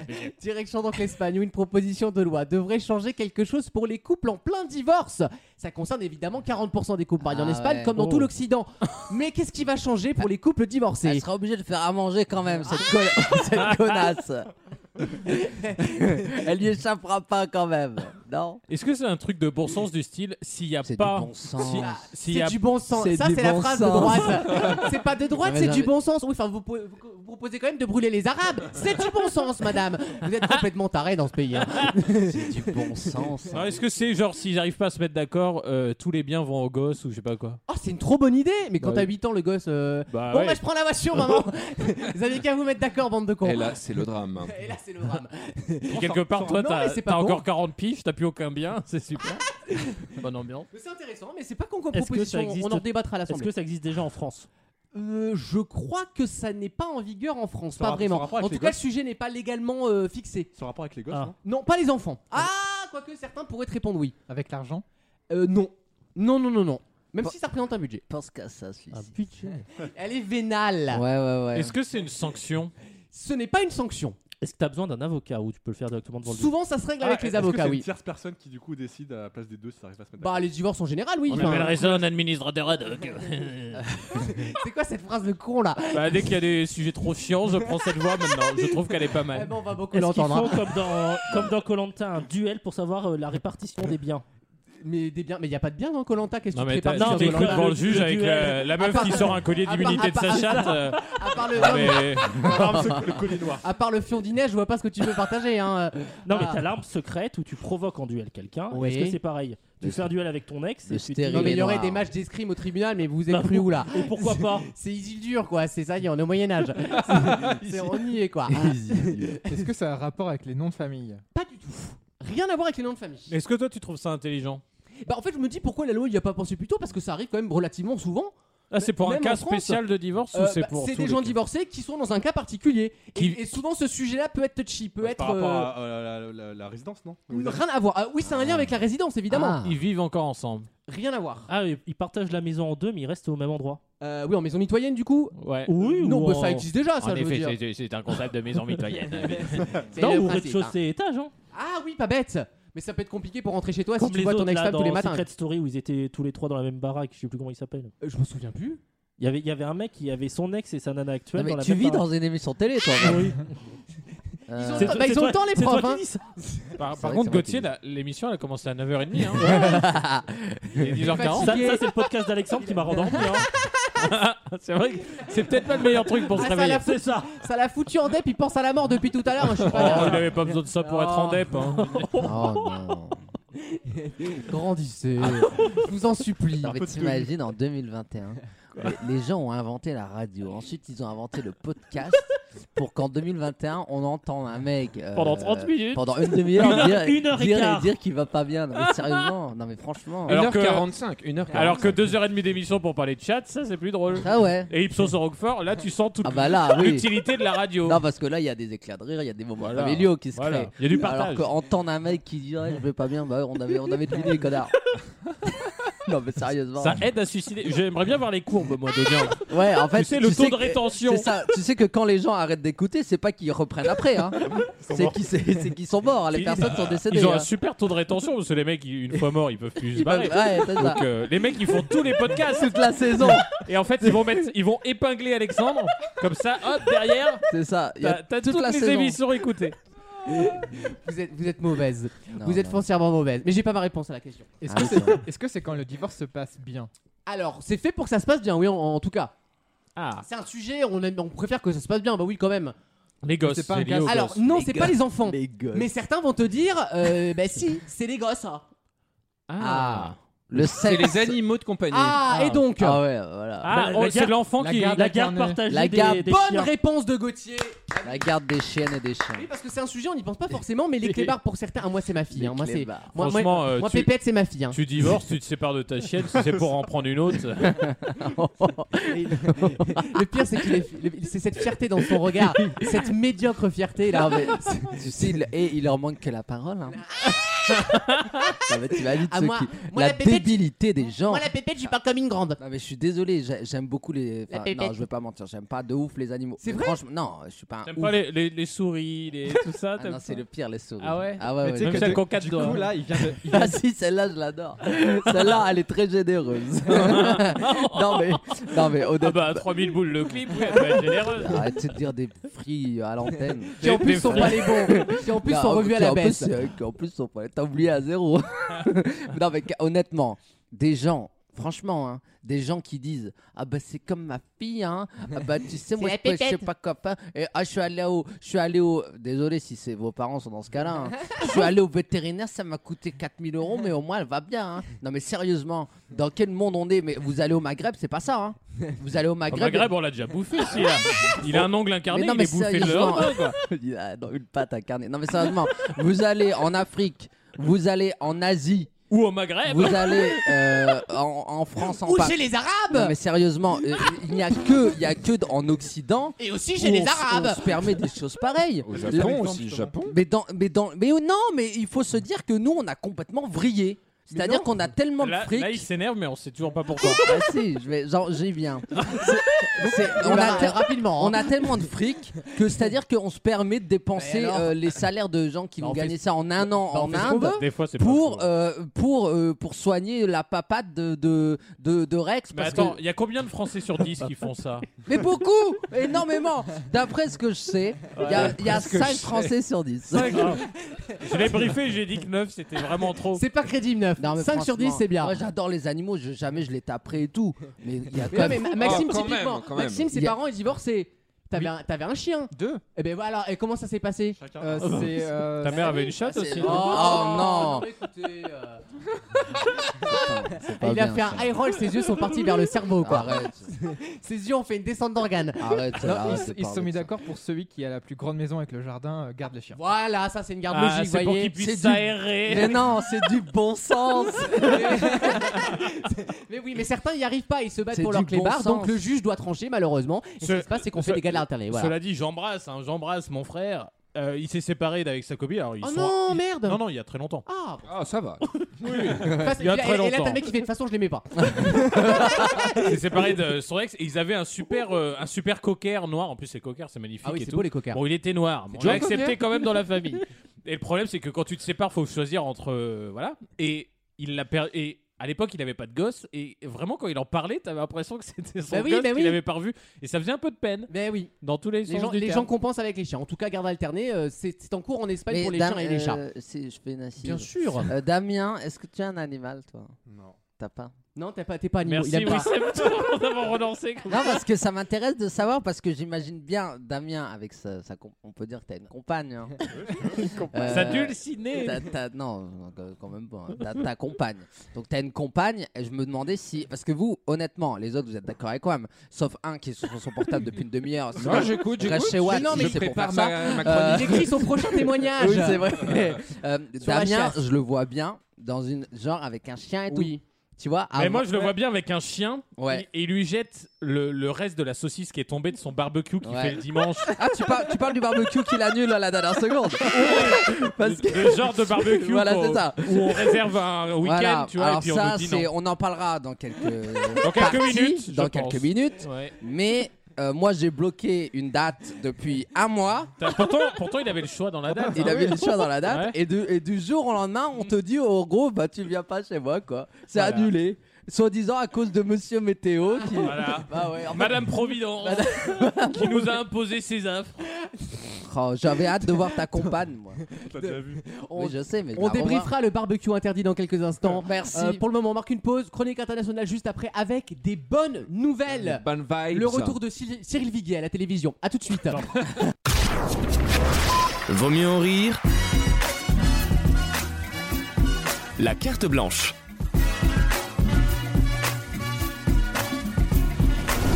S2: Direction donc l'Espagne où une proposition de loi devrait changer quelque chose pour les couples en plein divorce. Ça concerne évidemment 40% des couples mariés en
S7: Ah
S2: Espagne
S7: ouais.
S2: comme dans
S8: Oh.
S2: tout l'Occident. Mais qu'est-ce qui va changer pour les couples
S7: Elle
S2: divorcés
S7: sera obligée de faire à manger quand même, cette, con- cette connasse. Elle y échappera pas quand même. Non
S4: Est-ce que c'est un truc de bon sens du style s'il y a
S7: C'est
S4: pas
S7: du bon sens.
S4: si- s'il y
S2: Ah, C'est
S4: a
S2: du bon sens.
S7: c'est
S2: Ça,
S7: du
S2: c'est la
S7: bon
S2: phrase de
S7: sens.
S2: droite. c'est pas de droite,
S7: Non, mais
S2: c'est
S7: j'en
S2: du
S7: ai-
S2: bon sens. Oui, enfin, vous, pouvez- vous- vous proposez quand même de brûler les Arabes. C'est du bon sens, madame. Vous êtes complètement taré dans ce pays. hein.
S7: C'est du bon sens.
S4: Non, est-ce que c'est genre s'ils arrivent pas à se mettre d'accord, euh, tous les biens vont aux gosses ou je sais pas quoi
S2: Oh, c'est une trop bonne idée. Mais quand
S4: Bah
S2: t'as
S4: oui.
S2: 8 ans, le gosse. euh,
S4: Bah
S2: bon,
S4: ouais.
S2: bah, je prends la voiture, maman. vous avez qu'à vous mettre d'accord, bande de cons.
S3: Et là, c'est le drame.
S2: Et là, c'est le drame.
S4: Et quelque part, toi,
S2: Non,
S4: t'as
S2: mais c'est pas
S4: t'as
S2: bon.
S4: encore 40 piges, t'as plus aucun bien, c'est super. Bonne ambiance.
S2: Mais C'est intéressant, mais c'est pas con comme
S8: Est-ce que
S2: proposition.
S8: ça existe-
S2: On en débattra à
S8: Est-ce
S2: l'Assemblée.
S8: que ça existe déjà en France
S2: Euh, je crois que ça n'est pas en vigueur en France,
S5: Ça
S2: pas
S5: aura- ça
S2: vraiment.
S5: aura pas avec
S2: En tout
S5: les
S2: cas, le
S5: gosses
S2: sujet n'est pas légalement euh, fixé.
S5: Ce rapport avec les gosses,
S8: Ah.
S5: non
S2: Non, pas les enfants. Ah, quoique certains pourraient te répondre oui.
S6: Avec l'argent
S2: Euh, non. Non, non, non, non. Même
S7: Pas-
S2: si ça représente un budget.
S7: pense qu'à ça,
S8: Ah,
S7: celui-ci.
S8: budget.
S2: Elle est vénale.
S7: Ouais, ouais, ouais.
S4: Est-ce que c'est une sanction
S2: Ce n'est pas une sanction.
S8: Est-ce que t'as besoin d'un avocat ou tu peux le faire directement devant le
S2: Souvent, ça se règle
S5: Ah,
S2: avec
S5: est-ce
S2: les
S5: que
S2: avocats,
S5: c'est
S2: oui.
S5: une tierce personne qui du coup décide à la place des deux si ça arrive à se mettre
S2: Bah, les divorces en général, oui.
S5: On
S2: Enfin,
S5: appellerait-
S8: ça un administrateur ad hoc.
S2: c'est quoi cette phrase de con là
S4: Bah, Dès qu'il y a des sujets trop chiants, je prends cette voie maintenant. Je trouve qu'elle est pas
S2: Eh
S7: Ah
S4: mal.
S2: ben, on va beaucoup
S8: Est-ce qu'ils
S2: l'entendre.
S8: font
S2: hein.
S8: comme dans comme dans Colanta un duel pour savoir euh, la répartition des biens
S2: Mais des biens, mais y a pas de biens dans Colanta. Qu'est-ce que
S4: Non,
S2: tu
S4: mais
S2: prépares
S4: t'as-
S8: non,
S4: tu t'es
S8: mais
S4: cru
S8: quoi,
S4: devant
S8: le-
S4: le juge
S8: le
S4: avec
S8: duel.
S4: la, la meuf
S2: part-
S4: qui sort un collier
S2: à part-
S4: d'immunité
S2: à
S4: de sa
S2: part-
S4: chatte. euh,
S2: À part le,
S4: non, mais-
S5: le, collier noir.
S2: à part le fiordinet, je vois pas ce que tu veux partager. Hein.
S8: Non, mais
S2: Ah.
S8: t'as l'arme secrète où tu provoques en duel quelqu'un.
S2: Oui.
S8: Est-ce que c'est pareil Tu fais un duel avec ton ex
S7: Le
S8: et tu te-
S7: stérile.
S2: Non mais il y aurait
S7: Noir.
S2: des matchs d'escrime au tribunal, mais vous vous
S8: Bah,
S2: êtes cru où là
S8: Et pourquoi pas
S2: C'est easy dur quoi. C'est ça y est, on est au Moyen Âge. C'est- c'est- on y est quoi.
S6: Est-ce que ça a un rapport avec les noms de famille
S2: Pas du tout. Rien à voir avec les noms de famille.
S4: Est-ce que toi, tu trouves ça intelligent
S2: Bah en fait, je me dis pourquoi la loi il y a pas pensé plus tôt parce que ça arrive quand même relativement souvent.
S4: Ah, c'est pour un
S2: Même
S4: cas
S2: en France,
S4: spécial de divorce ou
S2: euh,
S4: c'est
S2: bah,
S4: pour
S2: C'est
S4: tous
S2: des
S4: les
S2: gens
S4: cas
S2: divorcés qui sont dans un cas particulier. Et- Et, souvent, ce sujet-là peut être touchy,
S8: Bah,
S2: peut être.
S5: Bah, Par rapport
S2: euh,
S5: à euh, la, la- la- la résidence, non
S2: Rien à voir. Ah oui, c'est un lien avec la résidence,
S7: Ah.
S2: évidemment.
S4: Ils vivent encore ensemble.
S2: Rien à voir.
S8: Ah, ils ils partagent la maison en deux, mais ils restent au même endroit.
S2: Euh, oui, en maison mitoyenne, du coup.
S4: Ouais.
S8: Oui,
S2: non,
S8: ou
S2: bah,
S8: en-
S2: ça existe déjà, ça,
S8: En
S2: je veux
S8: effet,
S2: dire.
S8: c'est- c'est- c'est un concept de maison mitoyenne.
S2: C'est
S8: non,
S2: le
S8: ou
S2: principe, hein.
S8: rez-de-chaussée étage, hein.
S2: Ah oui, pas bête. Mais ça peut être compliqué pour rentrer chez toi
S8: Comme
S2: si tu vois ton
S8: autres, là,
S2: ex-femme tous les
S8: dans
S2: matins.
S8: Secret Story où ils étaient tous les trois dans la même baraque, je sais plus comment il s'appelle.
S2: Euh, Je me souviens plus.
S8: Il y avait, il y avait un mec qui avait son ex et sa nana actuelle.
S7: Non, mais
S8: dans la
S7: tu
S8: même
S7: vis
S8: baraque.
S7: dans une émission de télé, toi.
S8: Ah oui.
S2: Ils
S7: Euh,
S2: ont,
S8: C'est
S2: bah,
S8: toi-
S2: ils
S8: c'est
S2: ont
S8: toi-
S2: le temps, les
S8: c'est toi
S2: profs.
S8: qui
S2: hein.
S8: dis ça.
S4: Par,
S7: vrai
S4: par
S7: que
S4: contre,
S7: c'est moi
S4: Gauthier, la- l'émission, elle a commencé à 9h30. Hein. Il est
S8: Ça,
S4: 10h40.
S8: ça, c'est le podcast d'Alexandre qui m'a rendormi. hein. c'est vrai que c'est peut-être pas le meilleur truc pour
S2: Ah,
S8: se
S2: ça
S8: réveiller.
S2: l'a
S8: C'est ça.
S2: Ça l'a foutu en dep, il pense à la mort depuis tout à l'heure. hein, je suis
S4: Oh,
S2: pas
S7: Ah.
S4: il avait pas besoin de ça pour être en dep. hein.
S7: Euh, oh,
S2: Grandissez. Ah, je vous en supplie.
S7: Non, mais t'imagines en 2021, les- les gens ont inventé la radio. Ensuite, ils ont inventé le podcast pour qu'en 2021, on entende un mec euh,
S8: Pendant 30 minutes.
S7: pendant une demi-heure
S8: Une
S7: dire,
S8: heure- une heure et
S7: dire-
S8: quart.
S7: dire qu'il va pas bien. Non, mais sérieusement, non mais franchement.
S4: Alors que-
S3: 1h45, 1h45.
S4: Alors que 2h30 d'émission pour parler de chat, ça c'est plus drôle.
S7: Ah ouais.
S4: Et Ipsos au Roquefort, là tu sens toute
S7: Ah bah là, oui.
S4: l'utilité de la radio.
S7: Non parce que là, il y a des éclats de rire, il y a des moments
S4: Voilà.
S7: familiaux qui se
S4: Voilà.
S7: créent.
S4: Il y a du
S7: Alors
S4: partage.
S7: qu'entendre un mec qui dit Ouais, je vais pas bien, bah on avait on avait deviné, connard. non mais sérieusement.
S4: Ça aide à suicider. J'aimerais bien voir les courbes, moi, d'audience.
S7: Ouais, en fait,
S4: tu sais, le taux de
S7: que-
S4: rétention.
S7: C'est ça, tu sais que quand les gens arrêtent d'écouter, c'est pas qu'ils reprennent après, hein. c'est qu'ils c'est- c'est qu'ils sont morts, les
S4: Ils-
S7: personnes sont décédées.
S4: Ils ont
S7: hein.
S4: un super taux de rétention parce que les mecs, ils- une fois morts, ils peuvent plus se
S7: Ils peuvent- Ah,
S4: barrer.
S7: ouais, c'est ça.
S4: Donc euh, les mecs, ils font tous les podcasts.
S7: Toute la saison,
S4: Et en fait, ils vont, mettre, ils vont épingler Alexandre. Comme ça, hop, derrière,
S7: c'est ça. Il y a
S4: t'as t'as
S7: toute
S4: toutes
S7: la
S4: les
S7: saison.
S4: émissions écoutées.
S2: Vous êtes, vous êtes mauvaise.
S7: Non,
S2: vous êtes
S7: non.
S2: foncièrement mauvaise. Mais j'ai pas ma réponse à la question.
S6: Est-ce
S7: Ah,
S6: que
S7: oui, c'est vrai.
S6: c'est est-ce que c'est quand le divorce se passe bien
S2: Alors, c'est fait pour que ça se passe bien, oui, en, en tout cas.
S4: Ah,
S2: C'est un sujet, on, aime- on préfère que ça se passe bien, bah oui, quand même.
S4: les gosses,
S6: C'est pas un
S4: c'est lié aux
S2: Alors,
S4: gosses.
S2: non,
S7: Les
S2: c'est
S7: gars.
S2: pas les enfants.
S7: Les gosses.
S2: Mais certains vont te dire, euh, bah si, c'est les gosses. hein.
S4: Ah,
S7: Le
S3: C'est
S7: sexe.
S3: les animaux de compagnie.
S2: Ah, et donc
S7: Ah ouais, voilà.
S2: Bah,
S4: Ah,
S8: la
S4: oh,
S8: garde-
S4: c'est l'enfant
S6: la
S4: qui.
S6: garde-
S8: La garde
S6: Incarné.
S8: partagée
S7: La
S8: des-
S7: garde.
S8: des,
S2: Bonne
S8: chiens.
S2: réponse de Gauthier.
S7: La garde des chiennes et des chiens.
S2: Oui, parce que c'est un sujet, on n'y pense pas forcément, mais les clébards pour certains. Ah, moi, c'est ma fille.
S7: Les
S2: hein, Moi, c'est.
S7: clébards.
S2: Moi, moi,
S4: Franchement, euh,
S2: moi,
S4: tu,
S2: Pépette, c'est ma fille. hein.
S4: tu divorces, tu te sépares de ta chienne. Si c'est pour en prendre une autre.
S2: Le pire, c'est qu'il est, le- c'est cette fierté dans son regard, cette médiocre fierté là.
S7: Non, mais, tu sais, il- et il leur manque que la parole. Hein. non, mais t'imagines
S2: Ah,
S7: ceux
S2: moi-
S7: qui-
S2: moi,
S7: la,
S2: la pépette,
S7: débilité des gens.
S2: Moi, la Pépette, j'y parle comme une grande.
S7: Non mais je suis désolé, j'ai- j'aime beaucoup les.
S2: La
S7: enfin,
S2: pépette.
S7: non, je vais pas mentir, j'aime pas de ouf les animaux.
S2: C'est
S7: Mais
S2: vrai
S7: Franchement, non, je suis pas un.
S4: T'aimes
S7: ouf.
S4: pas les, les, les souris, les, tout ça
S7: Ah
S4: t'aimes
S7: non, c'est
S4: pas
S7: le pire les souris.
S4: Ah ouais
S7: Ah ouais.
S6: Mais tu
S7: ouais.
S6: sais
S4: Même
S6: que
S4: celle
S6: du-
S4: qu'au quatre
S6: Du
S4: doigts.
S6: coup, là, il vient de. il vient
S7: Ah si, celle-là, je l'adore. celle-là, elle est très généreuse. non mais, non mais
S4: Ah
S7: honnêtement.
S4: bah 3000 boules le clip, ouais, bah, généreuse.
S7: Arrêtez de dire des prix à l'antenne.
S2: Qui en
S4: Les-
S2: plus
S4: les
S2: sont
S4: frères.
S2: pas les bons. Qui en plus
S7: Non,
S2: sont revus à
S7: qui
S2: la
S7: en
S2: baisse.
S7: plus, euh, qui en plus sont pas. T'as oublié à zéro. non mais honnêtement, des gens. Franchement, hein, des gens qui disent Ah bah c'est comme ma fille, hein. Ah bah tu sais, moi
S2: la
S7: je, peux- je sais
S2: pépette.
S7: pas quoi faire. Et ah, je suis allé au. Je suis allé au. Désolé si c'est vos parents sont dans ce cas-là. hein. Je suis allé au vétérinaire, ça m'a coûté 4000 euros, mais au moins elle va bien. hein. Non mais sérieusement, dans quel monde on est Mais vous allez au Maghreb, c'est pas ça, hein. Vous allez au
S4: Au
S7: Maghreb.
S4: Maghreb, on l'a déjà bouffé aussi. Là. Il a un ongle incarné,
S7: Mais non,
S4: il
S7: mais
S4: est bouffé de
S7: sérieusement.
S4: l'ordre. quoi.
S7: Il a dans une patte incarnée. Non mais sérieusement, vous allez en Afrique, vous allez en Asie,
S4: Ou au Maghreb.
S7: vous allez euh, en, en France, en
S2: Ou
S7: par-
S2: chez les
S7: Non
S2: Arabes.
S7: mais sérieusement, euh, il n'y a que, il y a que d- en Occident.
S2: Et aussi
S7: où
S2: chez les
S7: on s- On
S2: Arabes.
S7: se permet des choses pareilles.
S3: Au
S7: Là-
S3: Japon aussi, Japon.
S7: Mais dans, mais dans, mais oh, non, mais il faut se dire que nous, on a complètement vrillé. C'est-à-dire qu'on a tellement de
S4: Là,
S7: fric.
S4: là, il s'énerve, mais on sait toujours pas pourquoi.
S7: Ah si, je vais, genre, j'y viens. C'est- c'est- on, a te-
S2: rapidement.
S7: on a tellement de fric que c'est-à-dire qu'on se permet de dépenser
S2: Mais alors
S7: euh, les salaires de gens qui
S2: Bah,
S7: vont
S2: on fait-
S7: gagner ça en un an
S2: bah, on
S7: en
S2: fait ce qu'on
S7: Inde
S2: veut.
S4: Des fois, c'est pas faux.
S7: pour, euh, pour, euh, pour soigner la papade de, de, de, de Rex.
S4: Mais
S7: parce
S4: attends,
S7: que-
S4: il y a combien de Français sur 10 qui font ça
S7: mais beaucoup Énormément D'après ce que je sais, il y a, il y a 5 Français sur 10.
S4: Ah. Je l'ai briefé, j'ai dit que 9 c'était vraiment trop.
S2: C'est pas crédible neuf.
S7: Non, mais
S2: 5 sur 10,
S7: franchement,
S2: c'est bien.
S7: Moi j'adore les animaux, je- jamais je les taperai et tout. Mais il y a
S2: Mais non,
S7: quand
S2: mais
S7: même.
S2: Ma- Maxime,
S3: Ah, quand
S2: typiquement,
S3: même, quand même.
S2: Maxime, ses
S7: Il y a-
S2: parents, ils divorcent. T'avais un, t'avais un chien
S6: Deux.
S2: Et ben voilà, et comment ça s'est passé
S6: Euh, c'est, euh,
S4: Ta mère avait une chatte
S2: C'est-
S4: aussi.
S2: Oh,
S7: Oh, non.
S2: mais écoutez, euh,
S7: C'est pas
S2: Ah, Il a
S7: bien,
S2: fait un
S7: ça. Ah,
S2: high roll, ses yeux sont partis vers le cerveau quoi.
S7: Arrête,
S2: Ses yeux ont fait une descente d'organes.
S7: arrête.
S6: Non,
S7: arrête
S6: ils-
S7: de
S6: ils se
S7: parler
S6: sont mis
S7: de ça.
S6: d'accord pour celui qui a la plus grande maison avec le jardin euh, garde les chiens.
S2: Voilà, ça c'est une garde
S11: Ah,
S2: logique,
S11: c'est pour
S2: voyez.
S11: qu'il puisse
S2: C'est du-
S11: s'aérer.
S7: Mais non, c'est du bon sens.
S2: Mais oui, mais certains y arrivent pas, ils se battent
S7: C'est
S2: pour
S7: du
S2: leur clébard,
S7: bon sens.
S2: donc le juge doit trancher malheureusement. Et ce,
S4: Ce-
S2: qui se passe, c'est qu'on fait
S4: ce-
S2: des gars de l'internat. Voilà.
S4: Cela dit, j'embrasse, hein, j'embrasse mon frère. Euh, il s'est séparé d'avec sa copine. Alors ils
S2: Oh
S4: sont-
S2: non,
S4: ils-
S2: merde.
S4: Non, non, il y a très longtemps.
S2: Ah,
S3: Ah, ça va.
S2: face-
S4: Il y a
S2: et-
S4: très
S2: et, là t'as
S4: longtemps.
S2: le mec qui fait de toute façon je l'aimais pas.
S4: Il s'est séparé de son ex et ils avaient un super, euh, un super cocker noir. En plus, c'est cocker, c'est magnifique
S2: Ah oui,
S4: et
S2: c'est
S4: tout.
S2: beau les cocards.
S4: Bon, il était noir. mais on
S3: John
S4: l'a accepté
S3: Cocker
S4: quand même dans la famille. Et le problème, c'est que quand tu te sépares, faut choisir entre euh, voilà. Et il l'a per- et à l'époque, il n'avait pas de gosse. Et vraiment, quand il en parlait, t'avais l'impression que c'était son
S2: Bah oui,
S4: gosse
S2: bah oui.
S4: qu'il avait pas revu. Et ça faisait un peu de peine
S2: Mais Ben oui,
S4: dans tous les,
S2: les
S4: sens
S2: gens,
S4: du
S2: les
S4: terme.
S2: gens compensent avec les chiens. En tout cas, garde alternée, euh, c'est c'est en cours en Espagne pour les
S7: Dam-
S2: chiens et les chats.
S7: euh, c'est- je fais une assise.
S2: Bien sûr.
S7: Euh, Damien, est-ce que tu as un animal, toi
S12: Non.
S7: T'as pas
S2: Non, t'es pas, t'es pas animaux.
S4: Merci
S2: il a pas-
S4: Wissem Tour d'avoir relancé.
S7: Non, parce que ça m'intéresse de savoir, parce que j'imagine bien Damien avec sa, sa com- On peut dire que t'as une compagne. hein. Euh,
S4: Ça dulcinée.
S7: T'as- t'as- non, non, quand- quand même pas. hein. T'as ta compagne. Donc t'as une compagne. Et je me demandais si, parce que vous, honnêtement, les autres, vous êtes d'accord avec moi, mais- sauf un qui est sur son portable depuis une demi-heure. c'est
S3: Non,
S7: vrai.
S3: j'écoute,
S7: Reste
S3: j'écoute.
S7: chez Watt,
S3: non,
S7: si
S3: mais
S7: c'est
S3: je
S7: pour
S3: prépare
S7: faire
S3: ma, ma
S7: Euh,
S3: chronique.
S2: Il écrit son prochain témoignage.
S7: Oui, c'est vrai. Euh,
S2: Sur la
S7: Damien,
S2: chasse.
S7: je le vois bien dans une genre avec un chien et tout.
S2: Oui.
S7: Tu vois
S4: Mais
S7: avant-
S4: moi, je le vois bien avec un chien.
S7: Ouais.
S4: Et il lui jette le, le reste de la saucisse qui est tombée de son barbecue qu'il
S7: Ouais.
S4: fait le dimanche.
S7: Ah, tu parles, tu parles du barbecue qu'il annule à la dernière seconde. Parce que
S4: Le genre de barbecue
S7: Voilà,
S4: qu'on-
S7: c'est ça.
S4: où on réserve un week-end,
S7: voilà.
S4: tu vois,
S7: Alors
S4: et puis on
S7: ça,
S4: nous dit
S7: c'est-
S4: non.
S7: on en parlera dans quelques
S4: Dans quelques
S7: parties,
S4: minutes, je
S7: Dans
S4: pense.
S7: quelques minutes.
S4: Ouais.
S7: Mais euh, moi, j'ai bloqué une date depuis un mois.
S4: T'as- Pourtant, pourtant, il avait le choix dans la date.
S7: Il
S4: hein.
S7: avait le choix dans la date
S4: Ouais.
S7: et, de- et du jour au lendemain, on te dit oh, gros bah tu viens pas chez moi quoi. C'est
S4: Voilà.
S7: annulé, soi-disant à cause de Monsieur Météo qui.
S4: Voilà.
S7: Bah ouais. en fait,
S4: Madame Providence qui nous a imposé ses affres.
S7: oh, j'avais hâte de voir ta compagne Bah, moi.
S12: T'as déjà vu
S2: On-
S7: Oui, je sais mais. euh, je
S2: On
S7: la revois.
S2: débriefera le barbecue interdit dans quelques instants.
S7: Merci.
S2: Euh, pour le moment, on marque une pause. Chronique internationale juste après avec des bonnes nouvelles.
S3: Bonne vibe.
S2: Le retour de Cyri- Cyril Viguier à la télévision. À tout de suite.
S1: Vaut mieux en rire. La carte blanche.